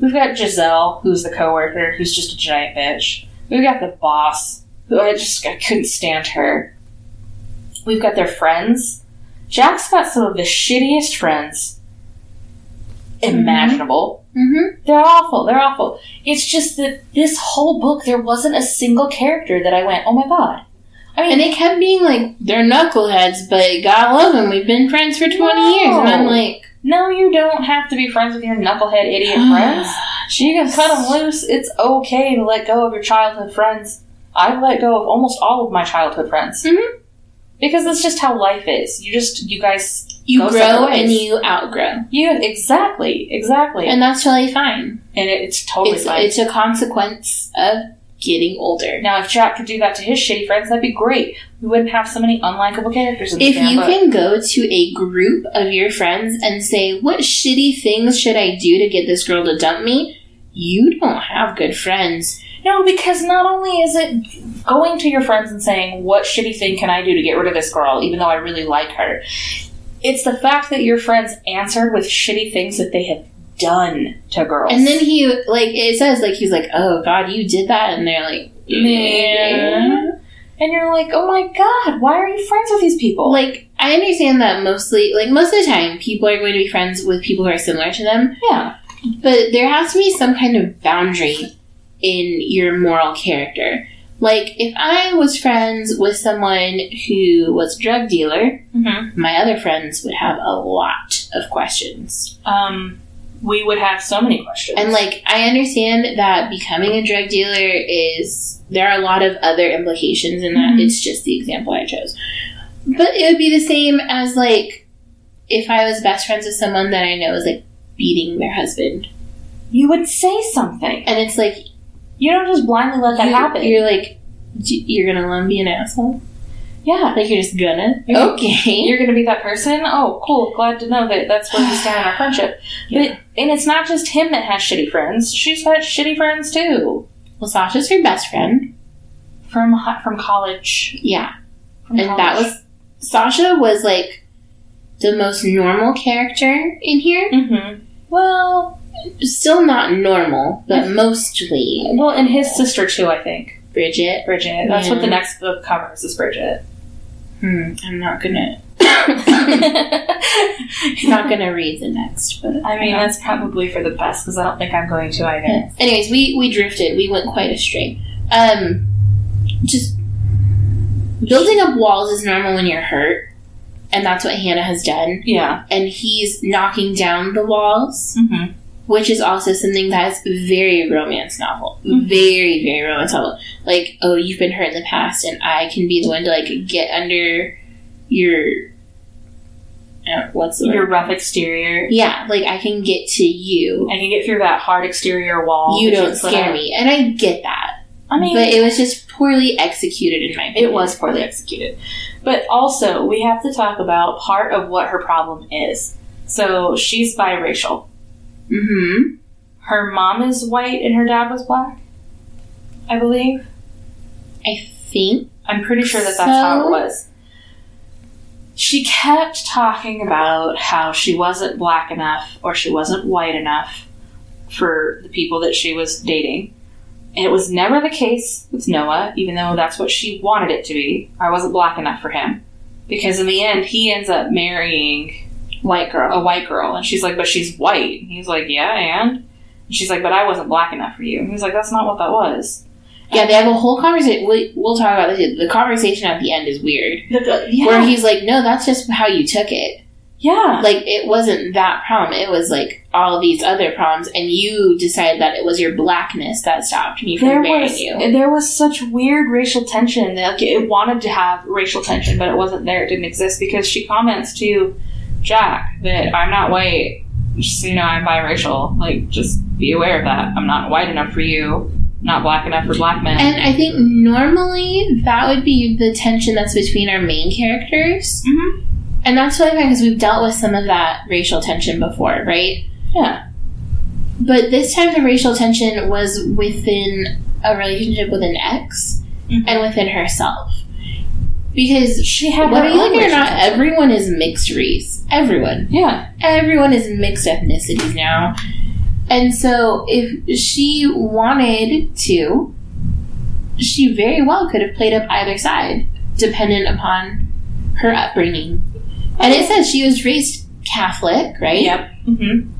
We've got Giselle, who's the coworker, who's just a giant bitch. We've got the boss, who I just I couldn't stand her. We've got their friends. Jack's got some of the shittiest friends imaginable.
Mm-hmm.
They're awful. They're awful. It's just that this whole book, there wasn't a single character that I went, oh my god. I mean,
And it kept being like, they're knuckleheads, but God love them. We've been friends for 20 years. And I'm
No.
like,
no, you don't have to be friends with your knucklehead idiot friends.
she
You can cut them loose. It's okay to let go of your childhood friends. I've let go of almost all of my childhood friends.
Mhm.
Because that's just how life is. You just, you guys,
You
Go
grow
separate ways.
and you outgrow.
you, exactly, exactly. And,
And that's really fine.
it, it's totally
it's
fine.
it's a consequence of getting older.
Now, if Jack could do that to his shitty friends, that'd be great. We wouldn't have so many unlikable characters in the
If
damn
you
book.
can go to a group of your friends and say, What shitty things should I do to get this girl to dump me? You don't have good friends.
No, because not only is it going to your friends and saying, What shitty thing can I do to get rid of this girl, even though I really like her? It's the fact that your friends answered with shitty things that they have done to girls.
And then he, like, it says, like, he's like, Oh, God, you did that. And they're like,
Yeah. And you're like, Oh my god, why are you friends with these people?
Like, I understand that mostly, like, most of the time, people are going to be friends with people who are similar to them,
yeah.
but there has to be some kind of boundary in your moral character. Like, if I was friends with someone who was a drug dealer,
Mm-hmm.
my other friends would have a lot of questions.
Um, we would have so many questions.
And, like, I understand that becoming a drug dealer is, there are a lot of other implications in that.
Mhm.
It's just the example I chose. But it would be the same as like if I was best friends with someone that I know is like beating their husband,
you would say something.
and it's like
You don't just blindly let that
you,
happen.
You're like "D- you're gonna let him be an asshole.
yeah.
Like you're just gonna
You're-
okay.
You're going to be that person? Oh, cool. Glad to know that that's where we stand in our friendship.
Yeah.
But, and it's not just him that has shitty friends. She's got shitty friends too.
Well, Sasha's her best friend.
From hi- from college.
Yeah,
From
and that was Sasha was like the most normal character in here.
hmm Well,
Still not normal, but mostly
well, and his sister too, I think.
Bridget.
Bridget. That's what
Yeah.
the next book covers is Bridget.
Hmm, I'm not gonna
I
not gonna read the next, but
mean, that's probably for the best because I don't think I'm going to either.
Yeah. Anyways, we we drifted. We went quite astray. Um, just building up walls is normal when you're hurt, and that's what Hannah has done.
Yeah.
And he's knocking down the walls,
Mm-hmm.
which is also something that is very romance novel,
Mhm.
very very romance novel. Like, oh, you've been hurt in the past, and I can be the one to like get under your. I don't- What's the word?
Your rough exterior.
yeah, like I can get to you.
I can get through that hard exterior wall.
You
that
don't
put
scare
up.
me, and I get that.
I mean,
but it was just poorly executed in my opinion.
It was poorly executed. But also, we have to talk about part of what her problem is. So she's biracial.
Mm-hmm.
Her mom is white and her dad was black, I believe.
I think.
I'm pretty sure that that's how
So?
it was. She kept talking about how she wasn't black enough or she wasn't white enough for the people that she was dating. And it was never the case with Noah, even though that's what she wanted it to be. I wasn't black enough for him. Because in the end, he ends up marrying
White girl.
a white girl. And she's like, But she's white. And he's like, Yeah, and? And she's like, But I wasn't black enough for you. And he's like, That's not what that was.
Yeah, they have a whole conversation. We, we'll talk about this. The conversation at the end is weird.
yeah.
Where he's like, no, that's just how you took it.
yeah.
Like, it wasn't that problem. It was like all these other problems, and you decided that it was your blackness that stopped me from
there
marrying
was
you.
there was such weird racial tension. Like it wanted to have racial tension, but it wasn't there. It didn't exist because she comments to Jack that I'm not white. Just so you know, I'm biracial. Like, just be aware of that. I'm not white enough for you. Not black enough for black men.
And I think normally that would be the tension that's between our main characters.
Mhm.
And that's what I meant because we've dealt with some of that racial tension before, right?
yeah,
But this time, the racial tension was within a relationship with an ex and within herself. Because,
Mm-hmm. she had.
whether
her
you
own
like it or
racial
not, uh,
tension.
everyone is mixed race. Everyone.
yeah,
Everyone is mixed ethnicities now. And so, if she wanted to, she very well could have played up either side, dependent upon her upbringing. And it says she was raised Catholic, right?
yep. Mm-hmm.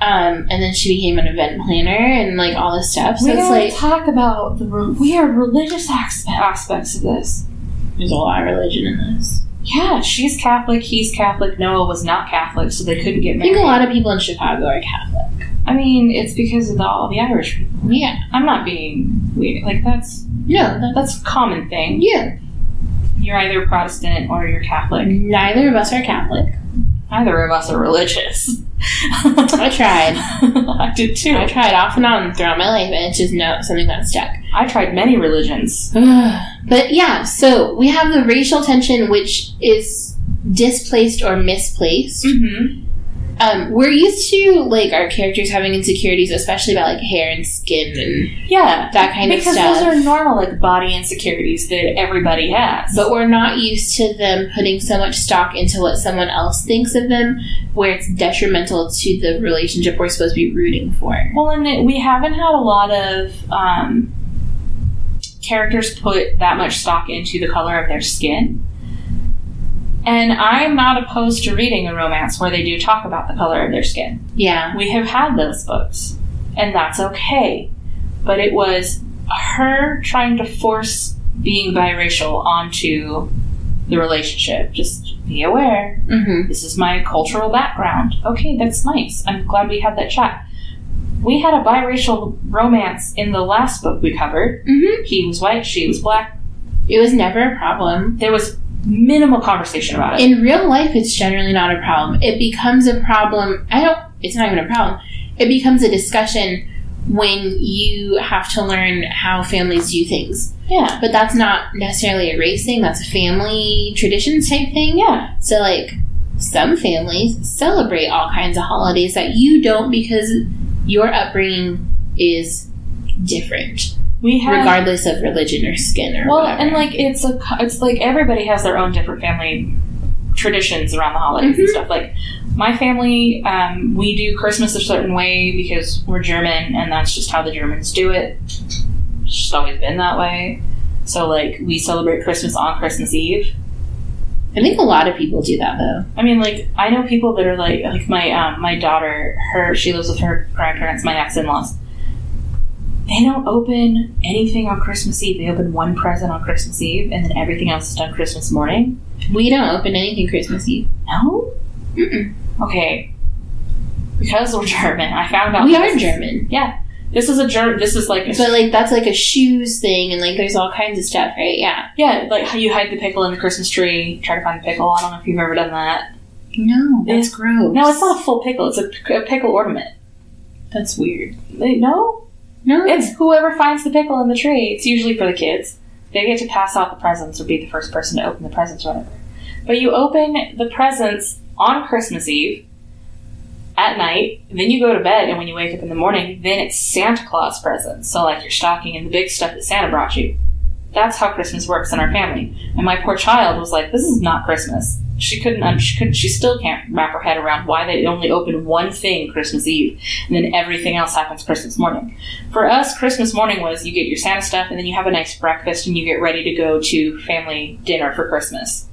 Um, and then she became an event planner and like all this stuff. So
we
it's
gotta
like
talk about the re- weird religious aspe- aspects of this.
there's a lot of religion in this.
Yeah, she's Catholic. He's Catholic. Noah was not Catholic, so they couldn't get
I
married.
think a lot of people in Chicago are Catholic.
I mean, it's because of the, all the Irish people.
Yeah.
I'm not being weird. Like that's
No. That,
that's a common thing.
yeah.
You're either Protestant or you're Catholic.
Neither of us are Catholic.
Neither of us are religious.
I tried.
I did too.
I tried off and on throughout my life, and it's just no, something got stuck.
I tried many religions.
but yeah, so we have the racial tension, which is displaced or misplaced.
Mm-hmm.
Um, we're used to like our characters having insecurities, especially about like hair and skin and
Yeah.
that kind
because
of stuff.
those are normal like body insecurities that everybody has.
but we're not used to them putting so much stock into what someone else thinks of them, where it's detrimental to the relationship we're supposed to be rooting for.
well, and it- we haven't had a lot of um, characters put that much stock into the color of their skin. And I'm not opposed to reading a romance where they do talk about the color of their skin.
Yeah,
We have had those books, and that's okay. But it was her trying to force being biracial onto the relationship. Just be aware.
mm-hmm.
This is my cultural background. Okay, that's nice. I'm glad we had that chat. We had a biracial romance in the last book we covered.
Mm-hmm.
He was white, she was black.
it was never a problem.
There was minimal conversation about it.
In real life, it's generally not a problem. It becomes a problem. I don't. It's not even a problem. It becomes a discussion when you have to learn how families do things.
Yeah.
But that's not necessarily a race thing. That's a family traditions type thing.
Yeah.
So like, some families celebrate all kinds of holidays that you don't because your upbringing is different,
We had
regardless of religion or skin or
Well,
whatever.
and like it's a co- it's like everybody has their own different family traditions around the holidays and
Mhm.
stuff. Like my family, um, we do Christmas a certain way because we're German, and that's just how the Germans do it. It's just always been that way. So like we celebrate Christmas on Christmas Eve.
I think a lot of people do that though.
I mean, like I know people that are like like my um, my daughter, her she lives with her grandparents, my ex in laws. They don't open anything on Christmas Eve. They open one present on Christmas Eve, and then everything else is done Christmas morning.
We don't open anything Christmas Eve.
No?
Mm-mm.
Okay. Because we're German, I found out.
We
this
are
is-
German.
This is a German. This is like, a-
But like that's like a shoes thing and like there's all kinds of stuff, right? Yeah.
yeah, like how you hide the pickle in the Christmas tree, try to find the pickle. I don't know if you've ever done that.
No,
that's
gross.
No, it's not a full pickle. It's a, p- a pickle ornament.
That's weird.
Like, No,
No,
it's whoever finds the pickle in the tree. It's usually for the kids. They get to pass out the presents or be the first person to open the presents, or whatever. But you open the presents on Christmas Eve at night, then you go to bed, and when you wake up in the morning, then it's Santa Claus presents. So, like your stocking and the big stuff that Santa brought you. That's how Christmas works in our family. And my poor child was like, "This is not Christmas." She couldn't. un- She couldn't. She still can't wrap her head around why they only open one thing Christmas Eve, and then everything else happens Christmas morning. For us, Christmas morning was you get your Santa stuff, and then you have a nice breakfast, and you get ready to go to family dinner for Christmas.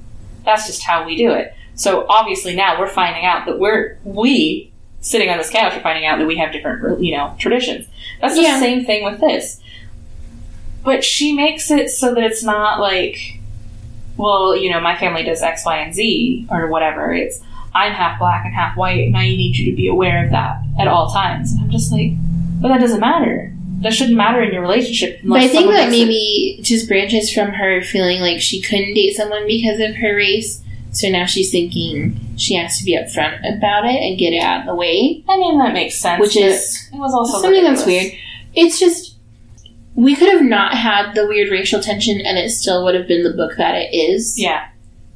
That's just how we do it. So obviously now we're finding out that we're we sitting on this couch are finding out that we have different you know traditions. That's the
Yeah.
same thing with this. But she makes it so that it's not like, well, you know, my family does X, Y, and Z or whatever. It's I'm half black and half white, and I need you to be aware of that at all times. And I'm just like, but that doesn't matter. That shouldn't matter in your relationship.
but I
unless
think
someone
that
makes it-
maybe just branches from her feeling like she couldn't date someone because of her race. So now she's thinking she has to be upfront about it and get it out of the way,
I mean, that makes sense.
which
but
is
it was also
something that's
ridiculous.
weird. It's just we could have not had the weird racial tension, and it still would have been the book that it is.
Yeah,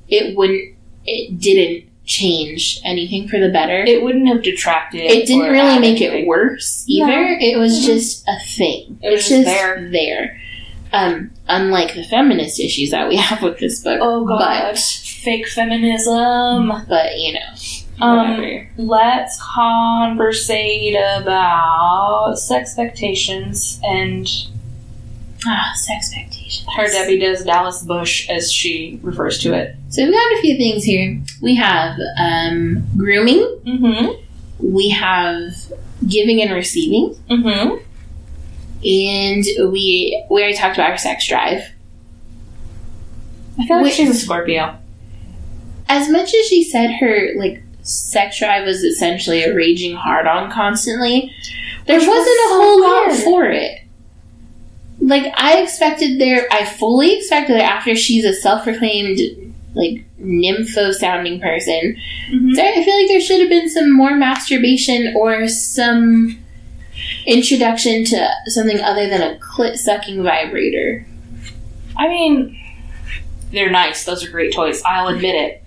it wouldn't it didn't change anything for the better it,
it wouldn't have detracted.
didn't
or
really
added
make it
anything.
worse either
No.
it was
Mhm.
just a thing
It was
it's
just
just
there.
there um unlike the feminist issues that we have with this book
Oh god, fake feminism.
but, but you know
Um,
whatever.
Let's conversate about sexpectations and
ah sex expectations
her Debbie does Dallas Bush as she refers to it.
so we've got a few things here we have um grooming
Mm-hmm.
we have giving and receiving
Mm-hmm.
and we we already talked about our sex drive
I feel like
Wait.
she's a Scorpio.
as much as she said her like sex drive was essentially a raging hard on constantly, there
Which was
wasn't a
so
whole
weird.
lot for it. Like I expected there I fully expected that after she's a self proclaimed like nympho sounding person.
Mhm.
There, I feel like there should have been some more masturbation or some introduction to something other than a clit sucking vibrator.
I mean, they're nice. Those are great toys. I'll admit it.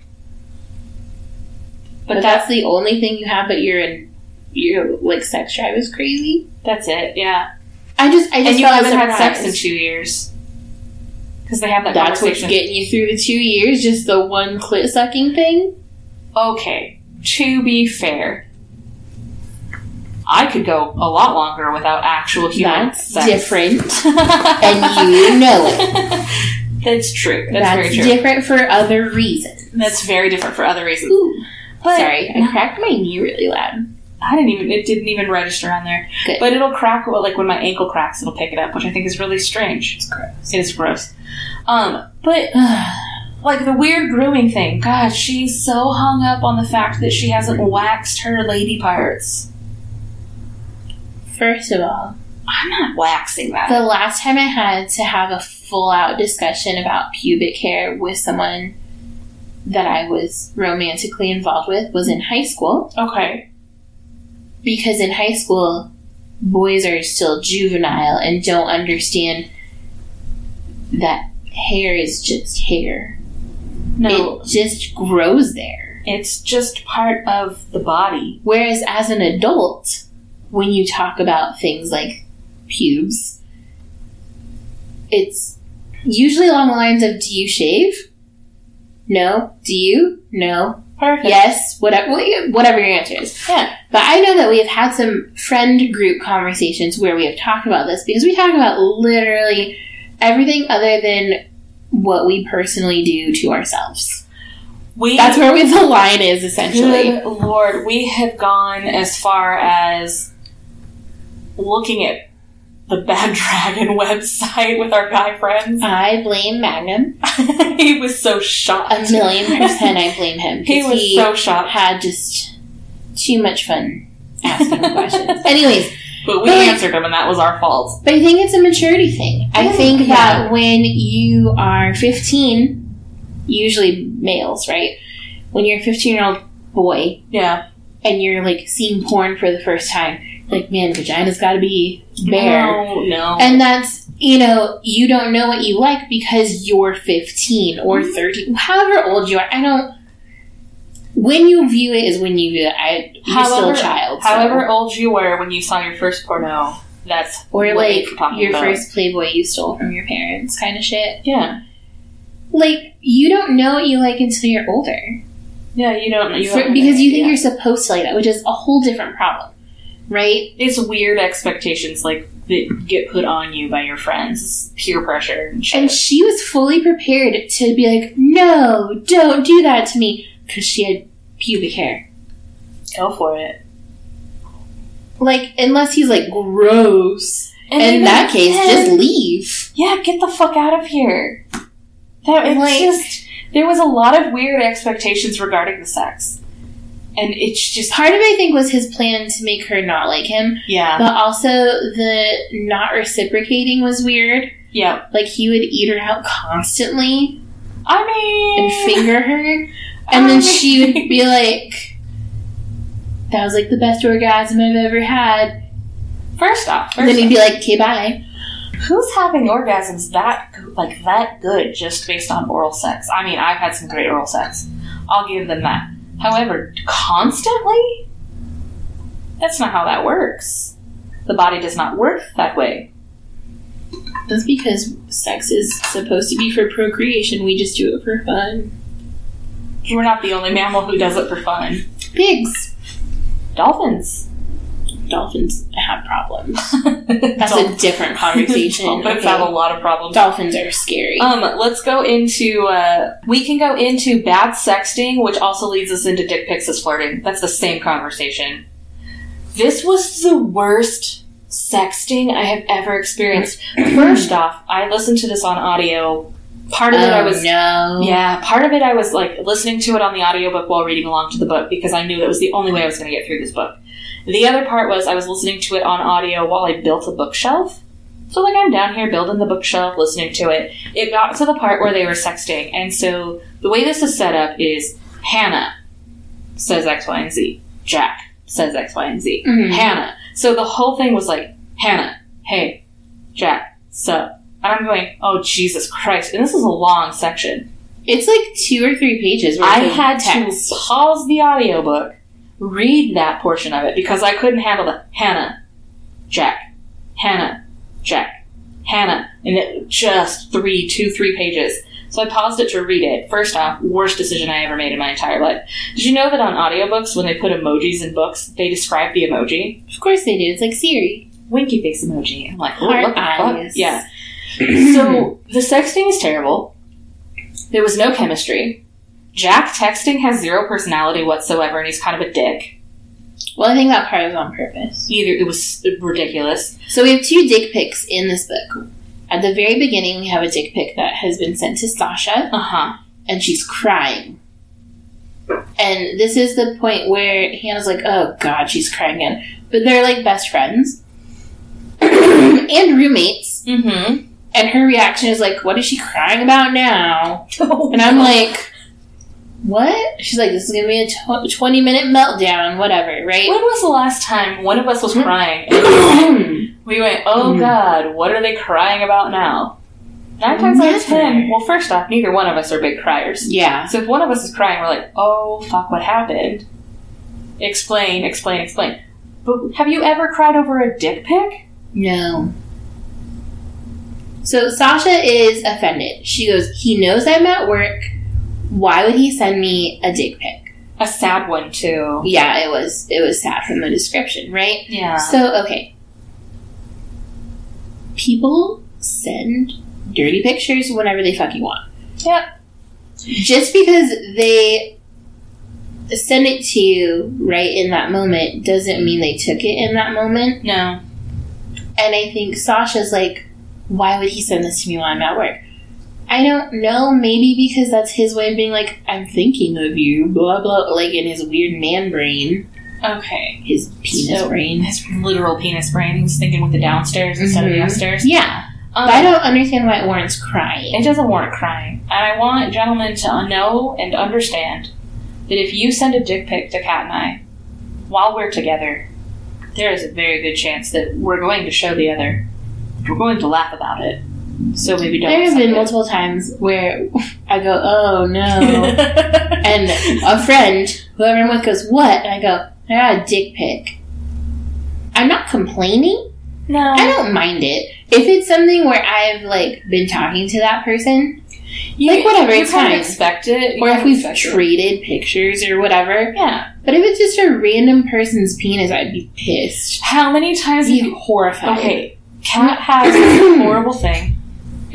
But, that's the only thing you have. But you're in your like sex drive is crazy.
That's it. Yeah.
I just I just
And you
felt
haven't had sex in
surprised.
two years because they have that
That's what's
conversation.
getting you through the two years, just the one clit sucking thing.
okay. To be fair, I could go a lot longer without actual human
That's
sex.
different.
and
you know
it. That's true. That's,
That's,
very true.
different for other reasons.
That's very different for other reasons.
Ooh,
But-
sorry, I cracked my knee really loud.
I didn't even it didn't even register on there.
Good.
But it'll crack well, like when my ankle cracks, it'll pick it up, which I think is really strange. It's gross. It is gross. Um, but like the weird grooming thing. God, she's so hung up on the fact that she hasn't waxed her lady parts.
First of all,
I'm not waxing that.
the last time I had to have a full out discussion about pubic hair with someone that I was romantically involved with was in high school
Okay.
because in high school, boys are still juvenile and don't understand that hair is just hair.
No,
It just grows there.
it's just part of the body.
Whereas as an adult, when you talk about things like pubes, it's usually along the lines of do you shave? No. Do you? No.
Perfect.
Yes. Whatever, whatever your answer is.
Yeah.
But I know that we have had some friend group conversations where we have talked about this because we talk about literally everything other than what we personally do to ourselves.
We
That's where we, the line is essentially.
Good Lord, we have gone as far as looking at the Bad Dragon website with our guy friends.
I blame Magnum.
he was so shocked.
A million percent, I blame him.
He
'cause
was so shocked.
had just too much fun asking him questions. Anyways,
But we
But, like-
answered him, and that was our fault.
but I think it's a maturity thing. I
Yeah.
think that when you are 15, usually males, right? When you're a 15 year old boy
Yeah.
and you're like seeing porn for the first time, like, man, vagina's gotta be bare.
No, no.
And that's, you know, you don't know what you like because you're 15 or
Mm-hmm.
30, however old you are. I don't. When you view it is when you view it. I, you're still a
However-
child. so-
However old you were when you saw your first porno, that's
or
what
like
we're talking
your
about.
first Playboy you stole from your parents kind of shit.
yeah,
Like, you don't know what you like until you're older.
yeah. You don't you
For-
don't have
because
any
you think
idea.
you're supposed to like that, which is a whole different problem, right?
it's weird expectations like that get put on you by your friends, It's peer pressure and shit.
And she was fully prepared to be like, no, don't do that to me because she had pubic hair.
Go for it.
Like, unless he's like gross. in that case, just leave.
yeah, get the fuck out of here. That it's
Like-
just there was a lot of weird expectations regarding the sex, and it's just
Part of it, I think, was his plan to make her not like him,
yeah,
but also the not reciprocating was weird.
yeah.
Like, he would eat her out constantly
I
and
mean,
finger her, and then
I
she would
mean-
be like, That was like the best orgasm I've ever had.
first off,
And
first
then he'd be like, Okay, bye.
off, who's having orgasms that go- like that good just based on oral sex? I mean, I've had some great oral sex. I'll give them that. However, constantly, that's not how that works. The body does not work that way.
That's because sex is supposed to be for procreation, we just do it for fun.
We're not the only mammal who does it for fun.
Pigs.
Dolphins.
Dolphins have problems. That's
That's
a different conversation.
Dolphins
Okay.
have a lot of problems.
Dolphins are scary.
Um, let's go into uh, we can go into bad sexting, which also leads us into dick pics as flirting. That's the same conversation. This was the worst sexting I have ever experienced. First off, I listened to this on audio. Part of it I was
Oh, no.
Yeah, part of it I was like listening to it on the audiobook while reading along to the book because I knew that was the only way I was going to get through this book. The other part was I was listening to it on audio while I built a bookshelf. So, like, I'm down here building the bookshelf, listening to it. It got to the part where they were sexting, and so the way this is set up is Hannah says X, Y, and Z. Jack says X, Y, and Z.
Mhm.
Hannah. So the whole thing was like, Hannah, hey, Jack, sup. And I'm going, oh, Jesus Christ. And this is a long section.
It's like two or three pages. worth
I
of
had
text.
to pause the audiobook, read that portion of it, because I couldn't handle the Hannah, Jack, Hannah, Jack, Hannah. And it just three, two, three pages. So I paused it to read it. First off, worst decision I ever made in my entire life. Did you know that on audiobooks, when they put emojis in books, they describe the emoji?
Of course they do. It's like Siri.
winky face emoji. I'm like, oh,
Heart
what the fuck?
eyes.
Yeah. so the sexting is terrible. There was no chemistry. Jack texting has zero personality whatsoever, and he's kind of a dick.
Well, I think that part was on purpose.
Either it was ridiculous.
So we have two dick pics in this book. At the very beginning, we have a dick pic that has been sent to Sasha,
Uh huh.
and she's crying. And this is the point where Hannah's like, "Oh God, she's crying again." But they're like best friends and roommates.
Mm-hmm.
And her reaction is like, "What is she crying about now?" And I'm like, what? She's like, this is gonna be a tw- 20 minute meltdown, whatever,
when
right?
was the last time one of us
Hmm?
was crying? We went, oh
Mm.
god, what are they crying about now? Nine times out of ten.
Never.
Well, first off, neither one of us are big criers.
yeah.
So if one of us is crying, we're like, oh, fuck, what happened? Explain, explain, explain. But have you ever cried over a dick pic?
No. So Sasha is offended. She goes, he knows I'm at work. Why would he send me a dick pic?
A sad one, too.
Yeah, it was it was sad from the description, right?
Yeah.
So okay. People send dirty pictures whenever they fucking want.
Yep.
just because they send it to you right in that moment doesn't mean they took it in that moment.
No.
And I think Sasha's like, why would he send this to me while I'm at work? I don't know, maybe because that's his way of being like, I'm thinking of you, blah, blah, like in his weird man brain,
Okay.
his penis
So-
brain.
His literal penis brain. He was thinking with the downstairs instead of the
Mhm.
upstairs.
Yeah,
Um,
but I don't understand why it warrants crying.
it doesn't warrant crying. And I want gentlemen to know and understand that if you send a dick pic to Kat and I while we're together, there is a very good chance that we're going to show the other. We're going to laugh about it. So maybe don't.
There have been
send it.
multiple times where I go, oh no. And a friend, whoever I'm with, goes, What? And I go, I got a dick pic. I'm not complaining.
no.
I don't mind it. If it's something where I've like been talking to that person,
You,
like, whatever,
you
it's
kind
fine.
of expect it. You
or
kind
if
of
we've
expect it.
traded pictures or whatever.
Yeah.
But if it's just a random person's penis, I'd be pissed.
How many
I'd
times have
be
you.
horrified.
Okay. Kat has this horrible thing,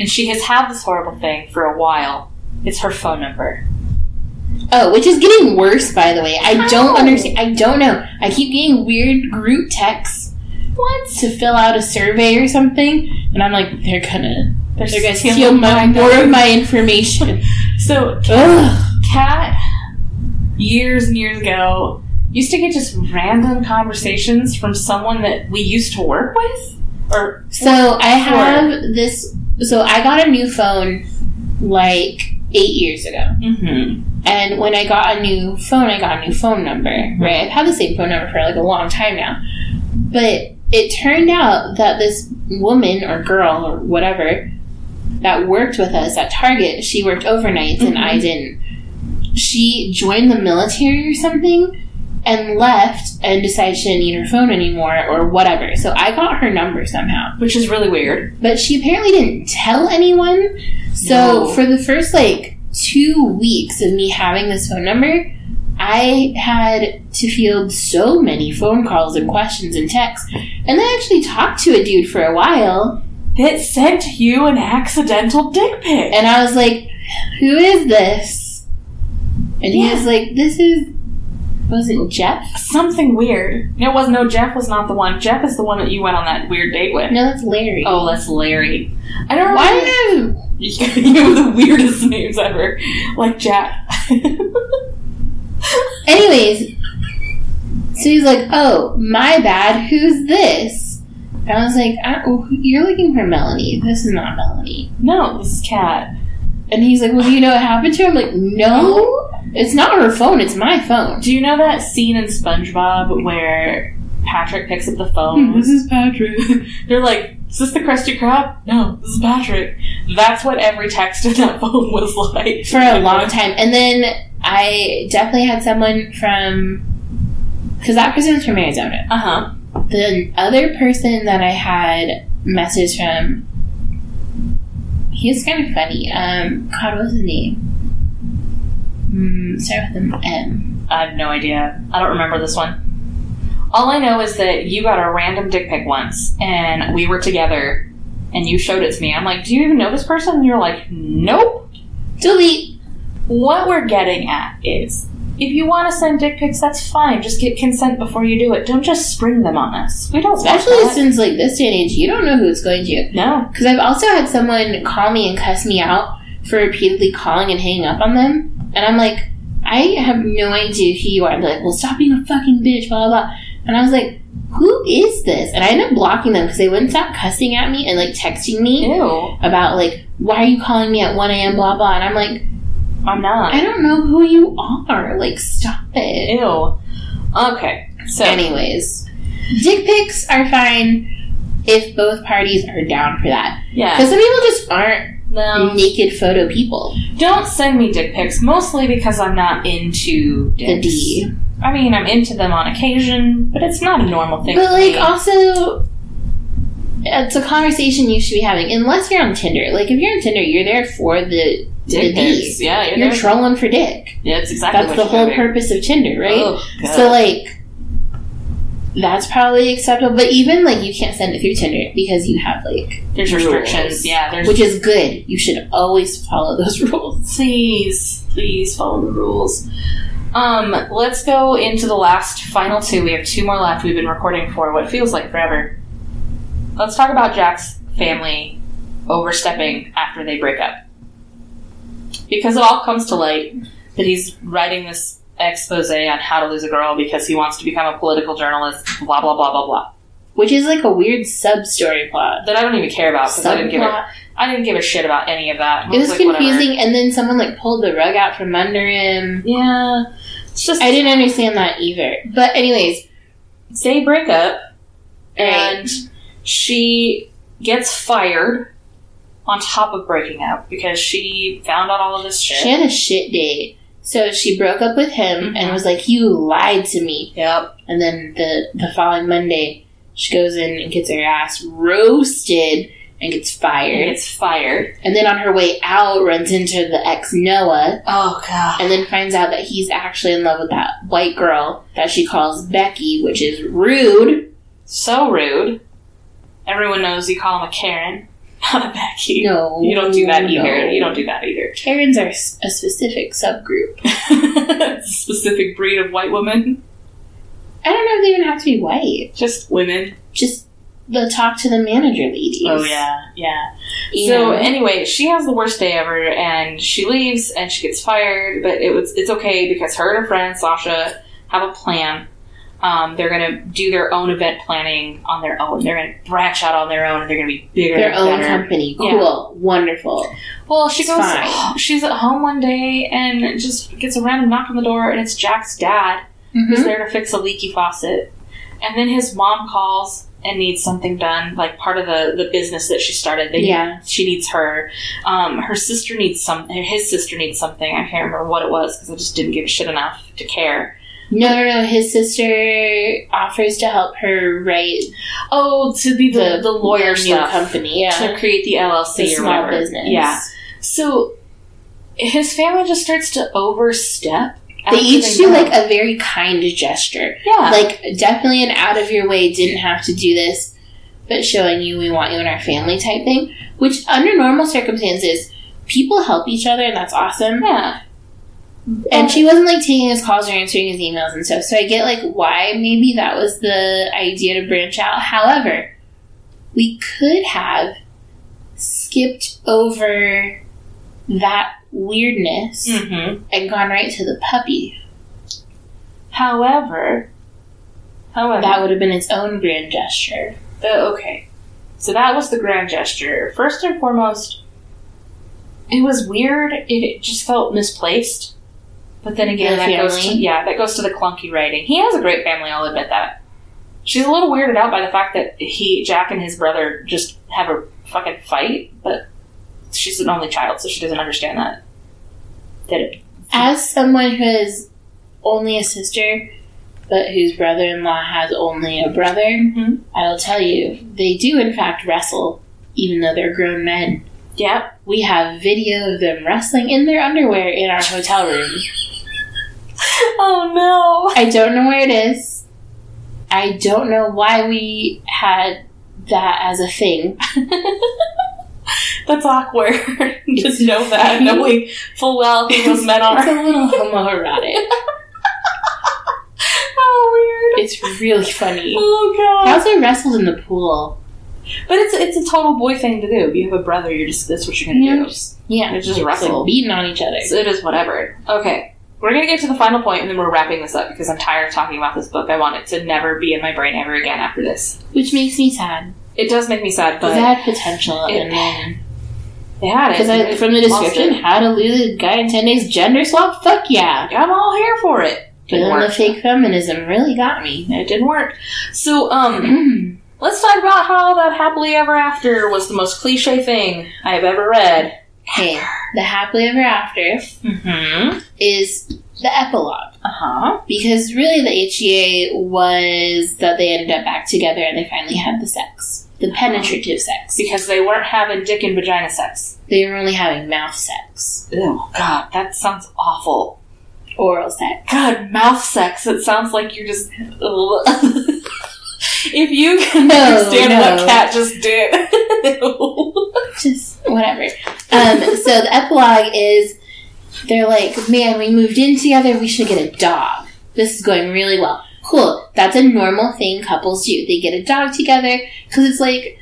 and she has had this horrible thing for a while. It's her phone number.
Oh, which is getting worse, by the way. I
How?
don't understand. I don't know. I keep getting weird group texts. What? To fill out a survey or something. And I'm like, they're gonna, they're gonna steal my, more of my information.
So
Ugh.
Kat, years and years ago, used to get just random conversations from someone that we used to work with, or
So I have this. So I got a new phone like eight years ago.
mm-hmm.
And when I got a new phone, I got a new phone number, right? I've had the same phone number for like a long time now. But it turned out that this woman or girl or whatever that worked with us at Target, she worked overnights and I didn't. She joined the military or something and left and decided she didn't need her phone anymore or whatever. So I got her number somehow.
which is really weird.
But she apparently didn't tell anyone. So
No.
for the first like two weeks of me having this phone number, I had to field so many phone calls and questions and texts. And I actually talked to a dude for a while
That sent you an accidental dick pic.
and I was like, Who is this? And he was like, This is was it Jeff?
Something weird. It was no Jeff was not the one. Jeff is the one that you went on that weird date with.
No, that's Larry.
Oh, that's Larry. I don't
Why
remember.
did I
you have the weirdest names ever. Like Jack.
Anyways, so he's like, "Oh, my bad. Who's this?" And "Uh, I was like, I, oh, "You're looking for Melanie. This is not Melanie."
no, this is Kat.
And he's like, Well, do you know what happened to her? I'm like, No, it's not her phone, it's my phone.
Do you know that scene in SpongeBob where Patrick picks up the phone?
Hmm, this
Oh, is Patrick. They're like, is this the Krusty Krab? No, this is Patrick. That's what every text in that phone was like.
For a long time. And then I definitely had someone from. Because that person was from Arizona.
Uh huh.
The other person that I had message from. He was kind of funny. Um, God, what was his name? Mm, start with an M.
I have no idea. I don't remember this one. All I know is that you got a random dick pic once, and we were together, and you showed it to me. I'm like, do you even know this person? And you're like, nope.
Delete.
What we're getting at is if you want to send dick pics, that's fine. Just get consent before you do it. Don't just spring them on us. We don't
Especially
want that.
since like this day and age, you don't know who it's going to.
No.
Because I've also had someone call me and cuss me out for repeatedly calling and hanging up on them. And I'm like, I have no idea who you are. I'm like, well, stop being a fucking bitch, blah, blah, blah. And I was like, who is this? And I ended up blocking them because they wouldn't stop cussing at me and like texting me
Ew.
about like, why are you calling me at 1 a.m., blah, blah. And I'm like,
I'm not.
I don't know who you are. Like, stop it.
Ew. Okay. So
Anyways, dick pics are fine if both parties are down for that.
yeah. Um,
Because some people just aren't
No.
naked photo people.
Don't send me dick pics, mostly because I'm not into
The
dicks.
D.
I mean, I'm into them on occasion, but it's not a normal thing.
But
for
like
me.
also it's a conversation you should be having unless you're on Tinder. Like if you're on Tinder, you're there for the
dick
the D.
pics. Yeah, you're,
You're
there.
trolling for dick.
yeah, it's exactly
That's
what
the
you're
whole
doing.
purpose of Tinder, right?
Oh, God.
so like that's probably acceptable, but even like you can't send it through Tinder because you have like
there's
rules.
restrictions. Yeah, there's
which is good. You should always follow those rules.
please, please follow the rules. Um, let's go into the last final two. We have two more left. We've been recording for what feels like forever. Let's talk about Jack's family overstepping after they break up. Because it all comes to light that he's writing this expose on how to lose a girl because he wants to become a political journalist, blah, blah, blah, blah, blah.
Which is like a weird sub story plot.
That I don't even care about because I didn't give a,
Subplot.
I didn't give a shit about any of that.
It was
like, whatever.
confusing and then someone like pulled the rug out from under him.
Yeah. It's just
I didn't understand that either. But anyways,
they break up and
Right.
she gets fired on top of breaking up because she found out all of this shit.
she had a shit date. So she broke up with him
Mhm.
and was like, "You lied to me."
Yep.
And then the the following Monday, she goes in and gets her ass roasted and gets
And
fired.
gets fired.
And then on her way out, runs into the ex Noah,
Oh god.
and then finds out that he's actually in love with that white girl that she calls Becky, which is rude.
So rude. Everyone knows you call him a Karen, not a Becky.
No,
You don't do that either.
no.
You don't do that either.
Karens are s- a specific subgroup.
It's a specific breed of white woman.
I don't know if they even have to be white.
Just women.
Just the talk to the manager ladies.
Oh, yeah.
You
So
know?
anyway, she has the worst day ever, and she leaves, and she gets fired. But it was it's okay because her and her friend Sasha have a plan. Um, they're gonna do their own event planning on their own. They're gonna branch out on their own. and They're gonna be bigger,
their
and
own
better.
company.
Yeah.
Cool. Wonderful.
Well, she
It's
goes.
fine.
She's at home one day and just gets a random knock on the door, and it's Jack's dad who's
Mhm.
there to fix a leaky faucet. And then his mom calls and needs something done, like part of the the business that she started. They
Yeah.
she needs her. Um, her sister needs some. His sister needs something. I can't remember what it was because I just didn't give a shit enough to care.
No, no, no. His sister offers to help her write
Oh, to be the, the, lawyer
new
stuff
company.
to
Yeah.
create the LLC
The
or
small
whatever.
business.
Yeah. So his family just starts to overstep. after
They each do
know.
like a very kind gesture.
yeah.
Like definitely an out of your way, didn't have to do this, but showing you we want you in our family type thing. Which under normal circumstances, people help each other and that's awesome.
yeah.
And she wasn't like taking his calls or answering his emails and stuff. So I get like why maybe that was the idea to branch out. However, we could have skipped over that weirdness
hmm
and gone right to the puppy.
However, however,
That would have been its own grand gesture.
Uh, okay. So that was the grand gesture. First and foremost, it was weird. It, it just felt misplaced. But then again,
The
that goes to,
family?
yeah, that goes to the clunky writing. He has a great family. I'll admit that. She's a little weirded out by the fact that he, Jack, and his brother just have a fucking fight. But she's an only child, so she doesn't understand that. That it
As someone who is only a sister, but whose brother in law has only a brother, I will tell you, they do in fact wrestle, even though they're grown men.
yeah,
We have video of them wrestling in their underwear in our hotel room.
Oh no!
I don't know where it is. I don't know why we had that as a thing.
That's awkward. Just
It's
know that,
funny.
knowing full well who those men
It's
are.
a little homoerotic.
How weird!
It's really funny.
Oh god!
I also wrestled in the pool.
but it's it's a total boy thing to do. If you have a brother, you're just that's what you're gonna
Yeah,
do.
Yeah,
It's just
it's like
wrestle.
beating on each other.
So it is whatever. Okay, we're gonna get to the final point, and then we're wrapping this up because I'm tired of talking about this book. I want it to never be in my brain ever again after this.
Which makes me sad.
It does make me sad, but
Because I had potential,
It-
and then
they had it.
because
and
I
they
from the
lost
description,
it.
how to lose a guy in ten days, gender swap, fuck yeah.
I'm all here for it.
But
Didn't
then the
work.
fake feminism really got me.
It didn't work. So um.
Mm.
Let's talk about how that happily ever after was the most cliche thing I have ever read.
hey, the happily ever after
Mm-hmm.
is the epilogue
Uh-huh.
because really the HEA was that they ended up back together and they finally had the sex, the penetrative sex.
Because they weren't having dick and vagina sex.
They were only having mouth sex,
Oh god, that sounds awful.
oral sex.
God, mouth sex. It sounds like you're just If you can
No,
understand
no.
what cat just did. Ew.
just whatever. Um, so the epilogue is they're like, man, we moved in together. We should get a dog. This is going really well. Cool. That's a normal thing couples do. They get a dog together because it's like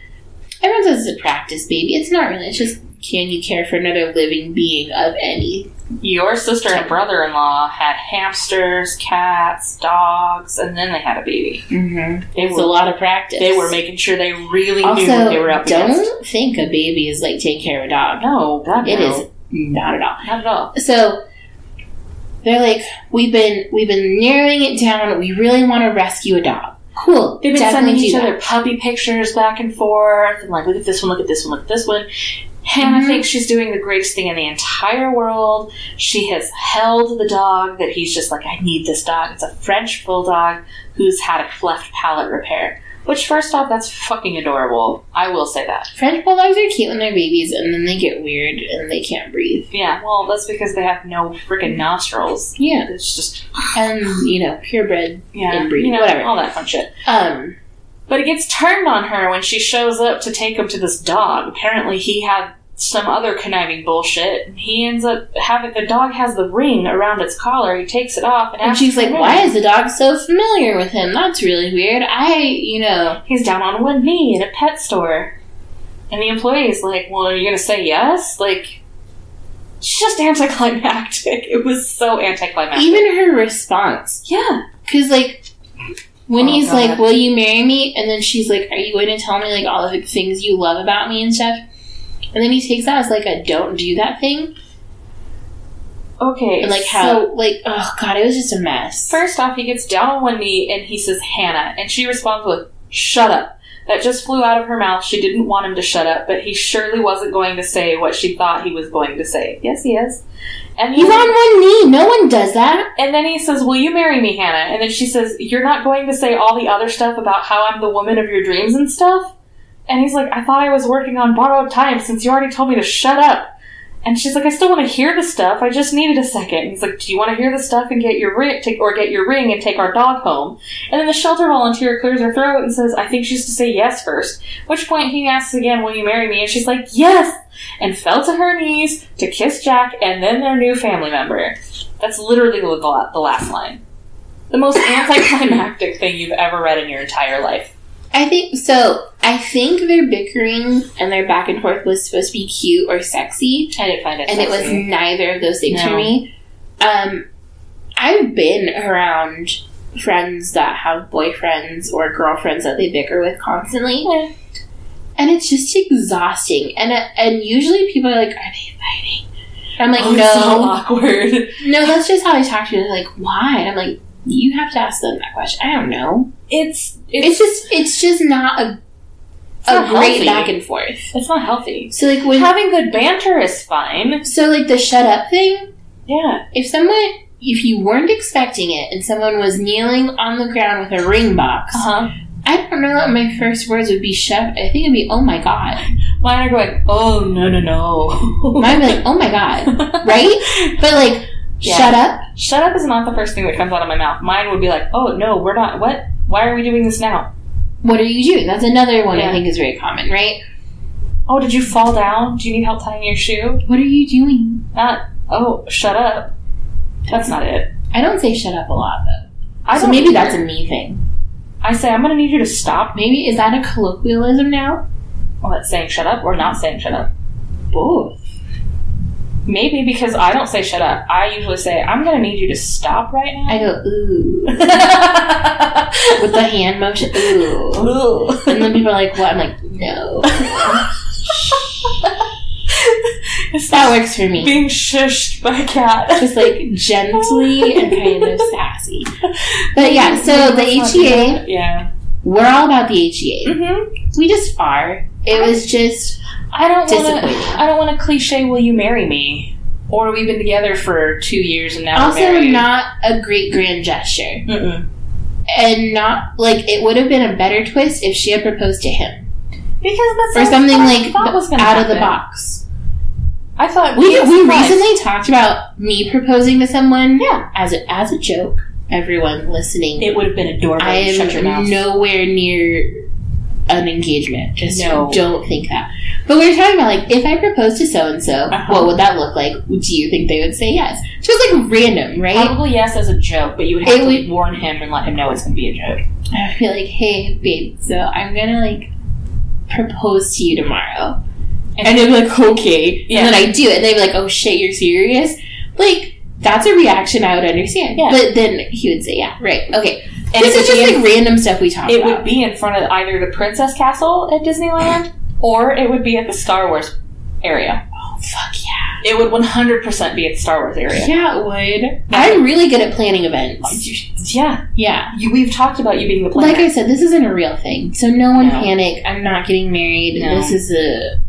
everyone says it's a practice, baby. It's not really. It's just can you care for another living being of any?
Your sister and brother in law had hamsters, cats, dogs, and then they had a baby.
Mm-hmm.
They
It's a
were
lot of practice.
they were making sure they really knew what they
also
were up against.
don't think a baby is like taking care of a dog.
No, God,
It
no.
is not at all.
Not at all.
so they're like we've been we've been narrowing it down we really want to rescue a dog cool
They've been
definitely
sending each
do that.
other puppy pictures back and forth, and like, look at this one, look at this one, look at this one. Hannah
Mhm.
thinks she's doing the greatest thing in the entire world. She has held the dog that he's just like, I need this dog. It's a French bulldog who's had a cleft palate repair. Which, first off, that's fucking adorable. I will say that.
french bulldogs are cute when they're babies and then they get weird and they can't breathe
Yeah, well, that's because they have no freaking nostrils.
yeah
It's just,
and you know purebred
yeah,
And breathe,
you know,
whatever.
all that fun shit.
um
But it gets turned on her when she shows up to take him to this dog. Apparently, he had some other conniving bullshit. and He ends up having the dog has the ring around its collar. He takes it off, and,
and
asks
she's like
for
why
it.
is the dog so familiar with him that's really weird i you know
He's down on one knee at a pet store, and the employee's like, "Well, are you gonna say yes?" Like, it's just anticlimactic. It was so anticlimactic.
even her response
yeah,
because like when
Oh,
he's
God.
like will you marry me and then she's like are you going to tell me like all the things you love about me and stuff and then he takes that as like a don't do that thing
okay,
And, like
so-
how like oh god it was just a mess
First off, he gets down on one knee and he says, Hannah. And she responds with, Shut up. That just flew out of her mouth. She didn't want him to shut up, but he surely wasn't going to say what she thought he was going to say. Yes, he is. And, he,
he's on one knee no one does that
and then he says, Will you marry me, Hannah? And then she says, You're not going to say all the other stuff about how I'm the woman of your dreams and stuff? And he's like, I thought I was working on borrowed time since you already told me to shut up. And she's like, I still want to hear the stuff. I just needed a second. He's like, Do you want to hear the stuff and get your ring, take, or get your ring and take our dog home? And then the shelter volunteer clears her throat and says, I think she's to say yes first. Which point he asks again, Will you marry me? And she's like, Yes! And fell to her knees to kiss Jack and then their new family member. That's literally the, la- the last line. The most anticlimactic thing you've ever read in your entire life.
i think so i think their bickering and their back and forth was supposed to be cute or sexy
I didn't find it.
and it was
sexy.
neither of those things for
No.
me um i've been around friends that have boyfriends or girlfriends that they bicker with constantly and it's just exhausting. And uh, and usually people are like, "Are they fighting?" And I'm like,
oh,
"No,
so awkward.
no, that's just how I talk to you. They're like, why? And I'm like, you have to ask them that question. I don't know.
It's
It's just, it's just not a,
it's
a
not healthy.
great back and forth.
It's not healthy.
So like when,
Having good banter is fine.
so like the shut up thing.
Yeah.
If someone, if you weren't expecting it, and someone was kneeling on the ground with a ring box,
Uh huh.
I don't know. What my first words would be shut. I think it'd be, oh my god.
Mine are going. Oh no no no.
Mine would be like, oh my god, right? But like,
Yeah.
shut up.
Shut up is not the first thing that comes out of my mouth. Mine would be like, oh no, we're not. What? Why are we doing this now?
What are you doing? That's another one I
Yeah.
think is very common, right?
Oh, did you fall down? Do you need help tying your shoe?
What are you doing?
Not. Oh, shut up. That's not it.
I don't say shut up a lot though.
I
so
don't
maybe
either.
that's a me thing.
I say I'm gonna need you to stop.
Maybe is that a colloquialism now?
Well, that's saying shut up or not saying shut up.
Both.
Maybe because I don't say shut up. I usually say I'm gonna need you to stop right now.
I go ooh with
With
the hand motion ooh, and then people are like, "What?" I'm like, "No,
it's
that
like
works for me."
being shushed by a cat.
Just like gently and kind of sassy. But yeah, so the HEA,
Yeah.
we're all about the HEA.
Mm-hmm.
We just are. It was just
I don't want to.
disappointing.
I don't want to cliche. Will you marry me? Or we've been together for two years and now
Also,
we're married.
not a great grand gesture,
Mm-mm.
and not like it would have been a better twist if she had proposed to him
because that's
or
not
something
what I
like
thought was
out
gonna
of the
happen.
box.
I thought
We,
Jesus
we
Christ.
recently talked about me proposing to someone.
Yeah.
As a, as a joke, everyone listening,
It would have been adorable.
I
Shut your mouth.
am nowhere near an engagement. Just
No.
don't think that. But we were talking about like if I proposed to so and so,
Uh-huh.
what would that look like? Do you think they would say yes? Just like random, right?
Probably yes as a joke, but you would have
It
to
would-
warn him and let him know it's going to be a joke.
I would be like, hey, babe, so I'm gonna like propose to you tomorrow. And,
And-
they'd be like, okay.
Yeah.
And then I do it. And they'd be like, oh shit, you're serious? Like, that's a reaction I would understand.
Yeah.
But then he would say, yeah, right, okay.
And
this
it
is
would be
just
in-
like random stuff we talk
It
about.
would be in front of either the Princess Castle at Disneyland or it would be at the Star Wars area.
oh, fuck yeah.
It would 100% be at the Star Wars area.
Yeah, it would. I'm really good at planning events.
Yeah.
Yeah.
You, we've talked about you being the planner.
Like I said, this isn't a real thing. So no one
No.
panic. I'm not getting married.
No.
This is a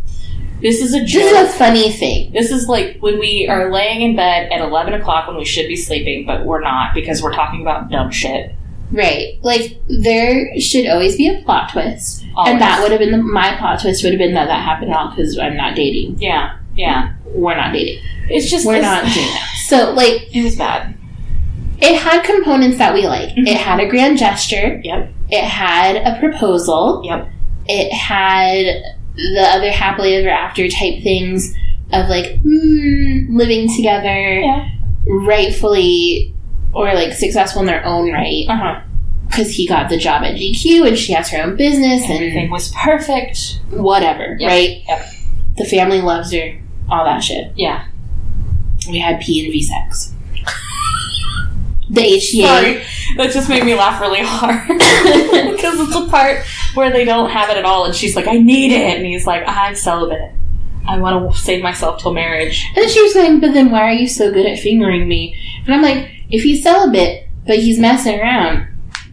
this is a
this is
joke.
a funny thing.
This is like when we are laying in bed at 11 o'clock when we should be sleeping, but we're not because we're talking about dumb shit.
Right. Like there should always be a plot twist.
Always.
And that would have been the, my plot twist would have been that that happened all because I'm not dating.
Yeah. Yeah.
We're not dating.
It's just.
We're
it's-
not doing that. So like
It was bad.
it had components that we like.
Mhm.
It had a grand gesture.
Yep.
It had a proposal.
Yep.
It had the other happily ever after type things of like mm, living together,
Yeah.
rightfully or like successful in their own right
Uh huh.
because he got the job at GQ and she has her own business
Everything was perfect.
and whatever,
Yep.
right?
Yep.
The family loves her, all that shit.
Yeah.
We had P and V sex. the HEA.
Sorry, that just made me laugh really hard because it's the part where they don't have it at all, and she's like, "I need it," and he's like, "I'm celibate. I want to save myself till marriage."
And she was going, but then why are you so good at fingering me? And I'm like, if he's celibate, but he's messing around,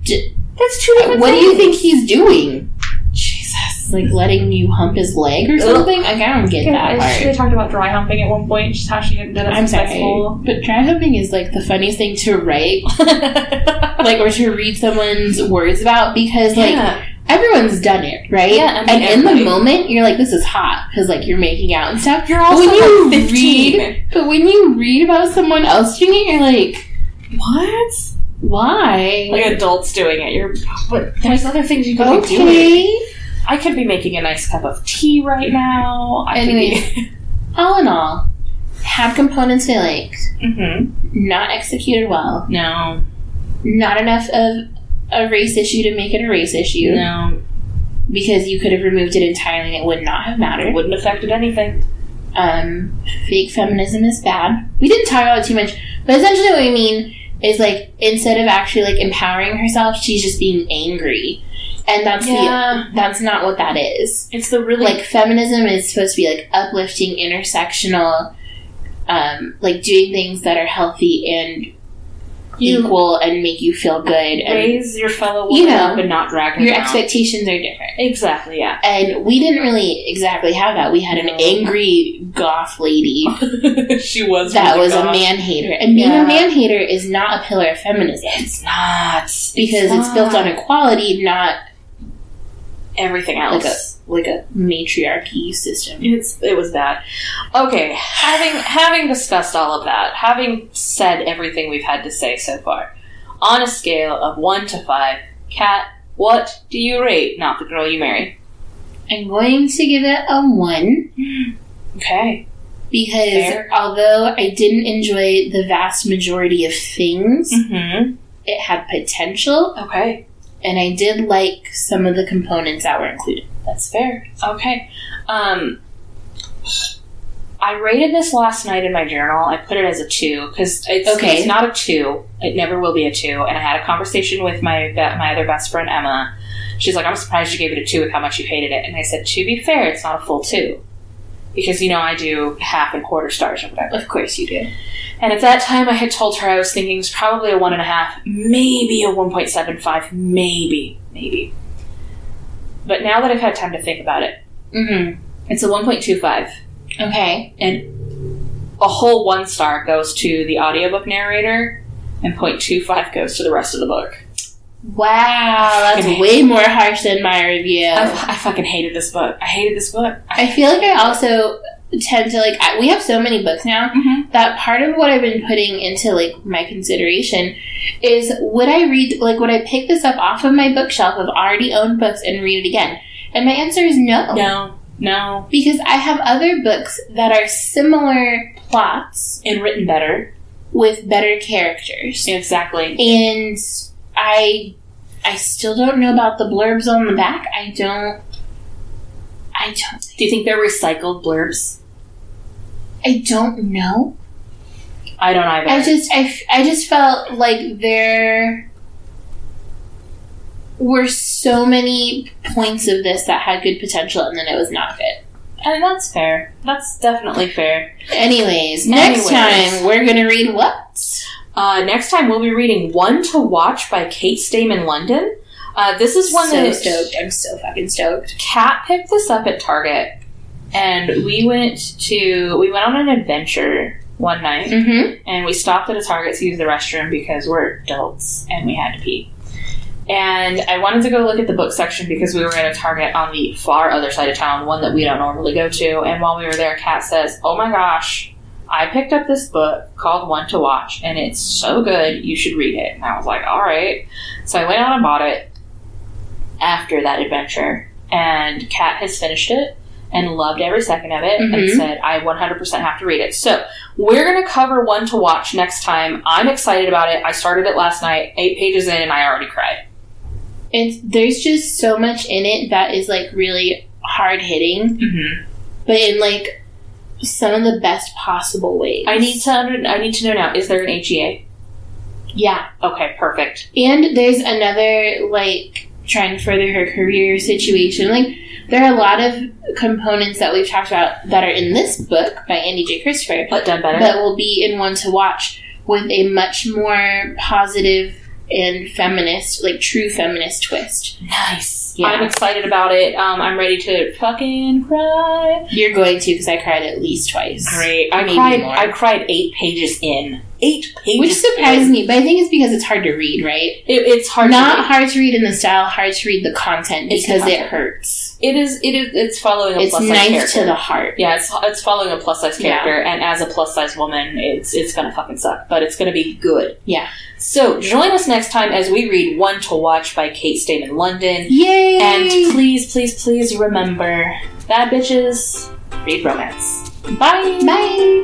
That's two
what do you think he's doing?
Jesus.
Like letting you hump his leg or something? Like, I don't get that
They
part.
talked about dry humping at one point, just how she hadn't done it
I'm
since high
sorry.
school.
But dry humping is like the funniest thing to write, like, or to read someone's words about because, like,
yeah.
everyone's done it, right?
Yeah, I mean,
and in the
everybody-
moment, you're like, this is hot because, like, you're making out and stuff.
You're
But
also
when you
like 15.
read, but when you read about someone else doing it, you're like,
What?
why?
Like adults doing it. You're, but there's other things you could be doing.
okay.
I could be making a nice cup of tea right now. I
Anyway. All in all, had components they like,
could be. mm-hmm.
not executed well,
No.
not enough of a race issue to make it a race issue
No.
because you could have removed it entirely and it would not have
It
mattered.
wouldn't affected anything.
um, fake feminism is bad. We didn't talk about it too much, but essentially what we mean is like instead of actually like empowering herself, she's just being angry. and that's
Yeah.
the that's not what that is.
It's the really
Like feminism is supposed to be like uplifting, intersectional, um, like doing things that are healthy and
you
equal and make you feel good, and
Raise your fellow woman
You know,
up and not drag her
your
down.
expectations are different.
exactly, yeah.
And we didn't really exactly have that. We had an
No.
angry goth lady
she was
that
really
was a
goth.
man hater, and being
Yeah.
a man hater is not a pillar of feminism.
It's not
because it's built on equality, not
everything
like
else.
a like a matriarchy system.
It's it was bad. Okay, having having discussed all of that, having said everything we've had to say so far, on a scale of one to five, Kat, what do you rate not the girl you marry?
I'm going to give it a one
Okay.
because
Fair.
although I didn't enjoy the vast majority of things,
Mm-hmm.
it had potential,
Okay.
and I did like some of the components that were included.
That's fair. Okay. Um I rated this last night in my journal. I put it as a two because it's,
Okay.
it's not a two. It never will be a two. And I had a conversation with my be- my other best friend Emma. She's like, "I'm surprised you gave it a two with how much you hated it." And I said, "To be fair, it's not a full two because you know I do half and quarter stars or whatever."
Of course, you did.
And at that time, I had told her I was thinking it was probably a one and a half, maybe a one point seven five, maybe, maybe. But now that I've had time to think about it,
hmm
it's a one point two five.
Okay.
a whole one star goes to the audiobook narrator and 0.25 goes to the rest of the book.
Wow, that's
Okay.
way more harsh than my review.
I, I fucking hated this book. I hated this book.
I feel like I also tend to like I, we have so many books now
Mhm.
that part of what I've been putting into like my consideration is would I read like would I pick this up off of my bookshelf of already owned books and read it again? And my answer is no.
No, no.
Because I have other books that are similar plots
And written better.
with better characters.
Exactly.
And I I still don't know about the blurbs on the back. I don't I don't
Do you think they're recycled blurbs?
I don't know.
I don't either.
I just I, f- I just felt like there were so many points of this that had good potential and then it was not good.
and that's fair. That's definitely fair.
Anyways, next
Anyways.
time we're gonna read what?
Uh, next time we'll be reading One to Watch by Kate Stamen London. Uh, this is one
so
that
stoked. I'm so fucking stoked.
Kat picked this up at Target, and we went to we went on an adventure one night.
Mm-hmm.
and we stopped at a Target to use the restroom because we're adults and we had to pee. And I wanted to go look at the book section because we were at a Target on the far other side of town, one that we don't normally go to. And while we were there, Kat says, Oh my gosh, I picked up this book called One to Watch, and it's so good, you should read it. And I was like, All right. So I went out and bought it after that adventure. And Kat has finished it and loved every second of it and
Mhm.
said, I 100% have to read it. So we're going to cover one to watch next time. I'm excited about it. I started it last night, eight pages in, and I already cried.
It's there's just so much in it that is like really hard hitting,
Mm-hmm.
but in like some of the best possible ways.
I need to under- I need to know now. Is there an HEA?
yeah.
Okay, perfect.
And there's another like trying to further her career situation. Like there are a lot of components that we've talked about that are in this book by Andy J. Christopher
But done better.
that will be in one to watch with a much more positive and feminist, like true feminist twist.
nice.
Yeah.
I'm excited about it. Um, I'm ready to fucking cry.
You're going to because I cried at least twice.
Great. I
Maybe
cried.
more.
I cried eight pages in. Eight pages.
Which surprised
in.
me, but I think it's because it's hard to read, right?
It, it's hard.
Not
To read.
hard to read in the style, hard to read the content
It's the
because it
content.
hurts.
It is. It is. It's following a
It's
plus
knife
size character.
to the heart.
yeah, it's, it's following a plus size
Yeah.
character, and as a plus size woman, it's it's gonna fucking suck, but it's gonna be good.
Yeah.
So join us next time as we read One to Watch by Kate Stamen London,
Yay!
and please, please, please remember, bad bitches read romance. Bye.
Bye.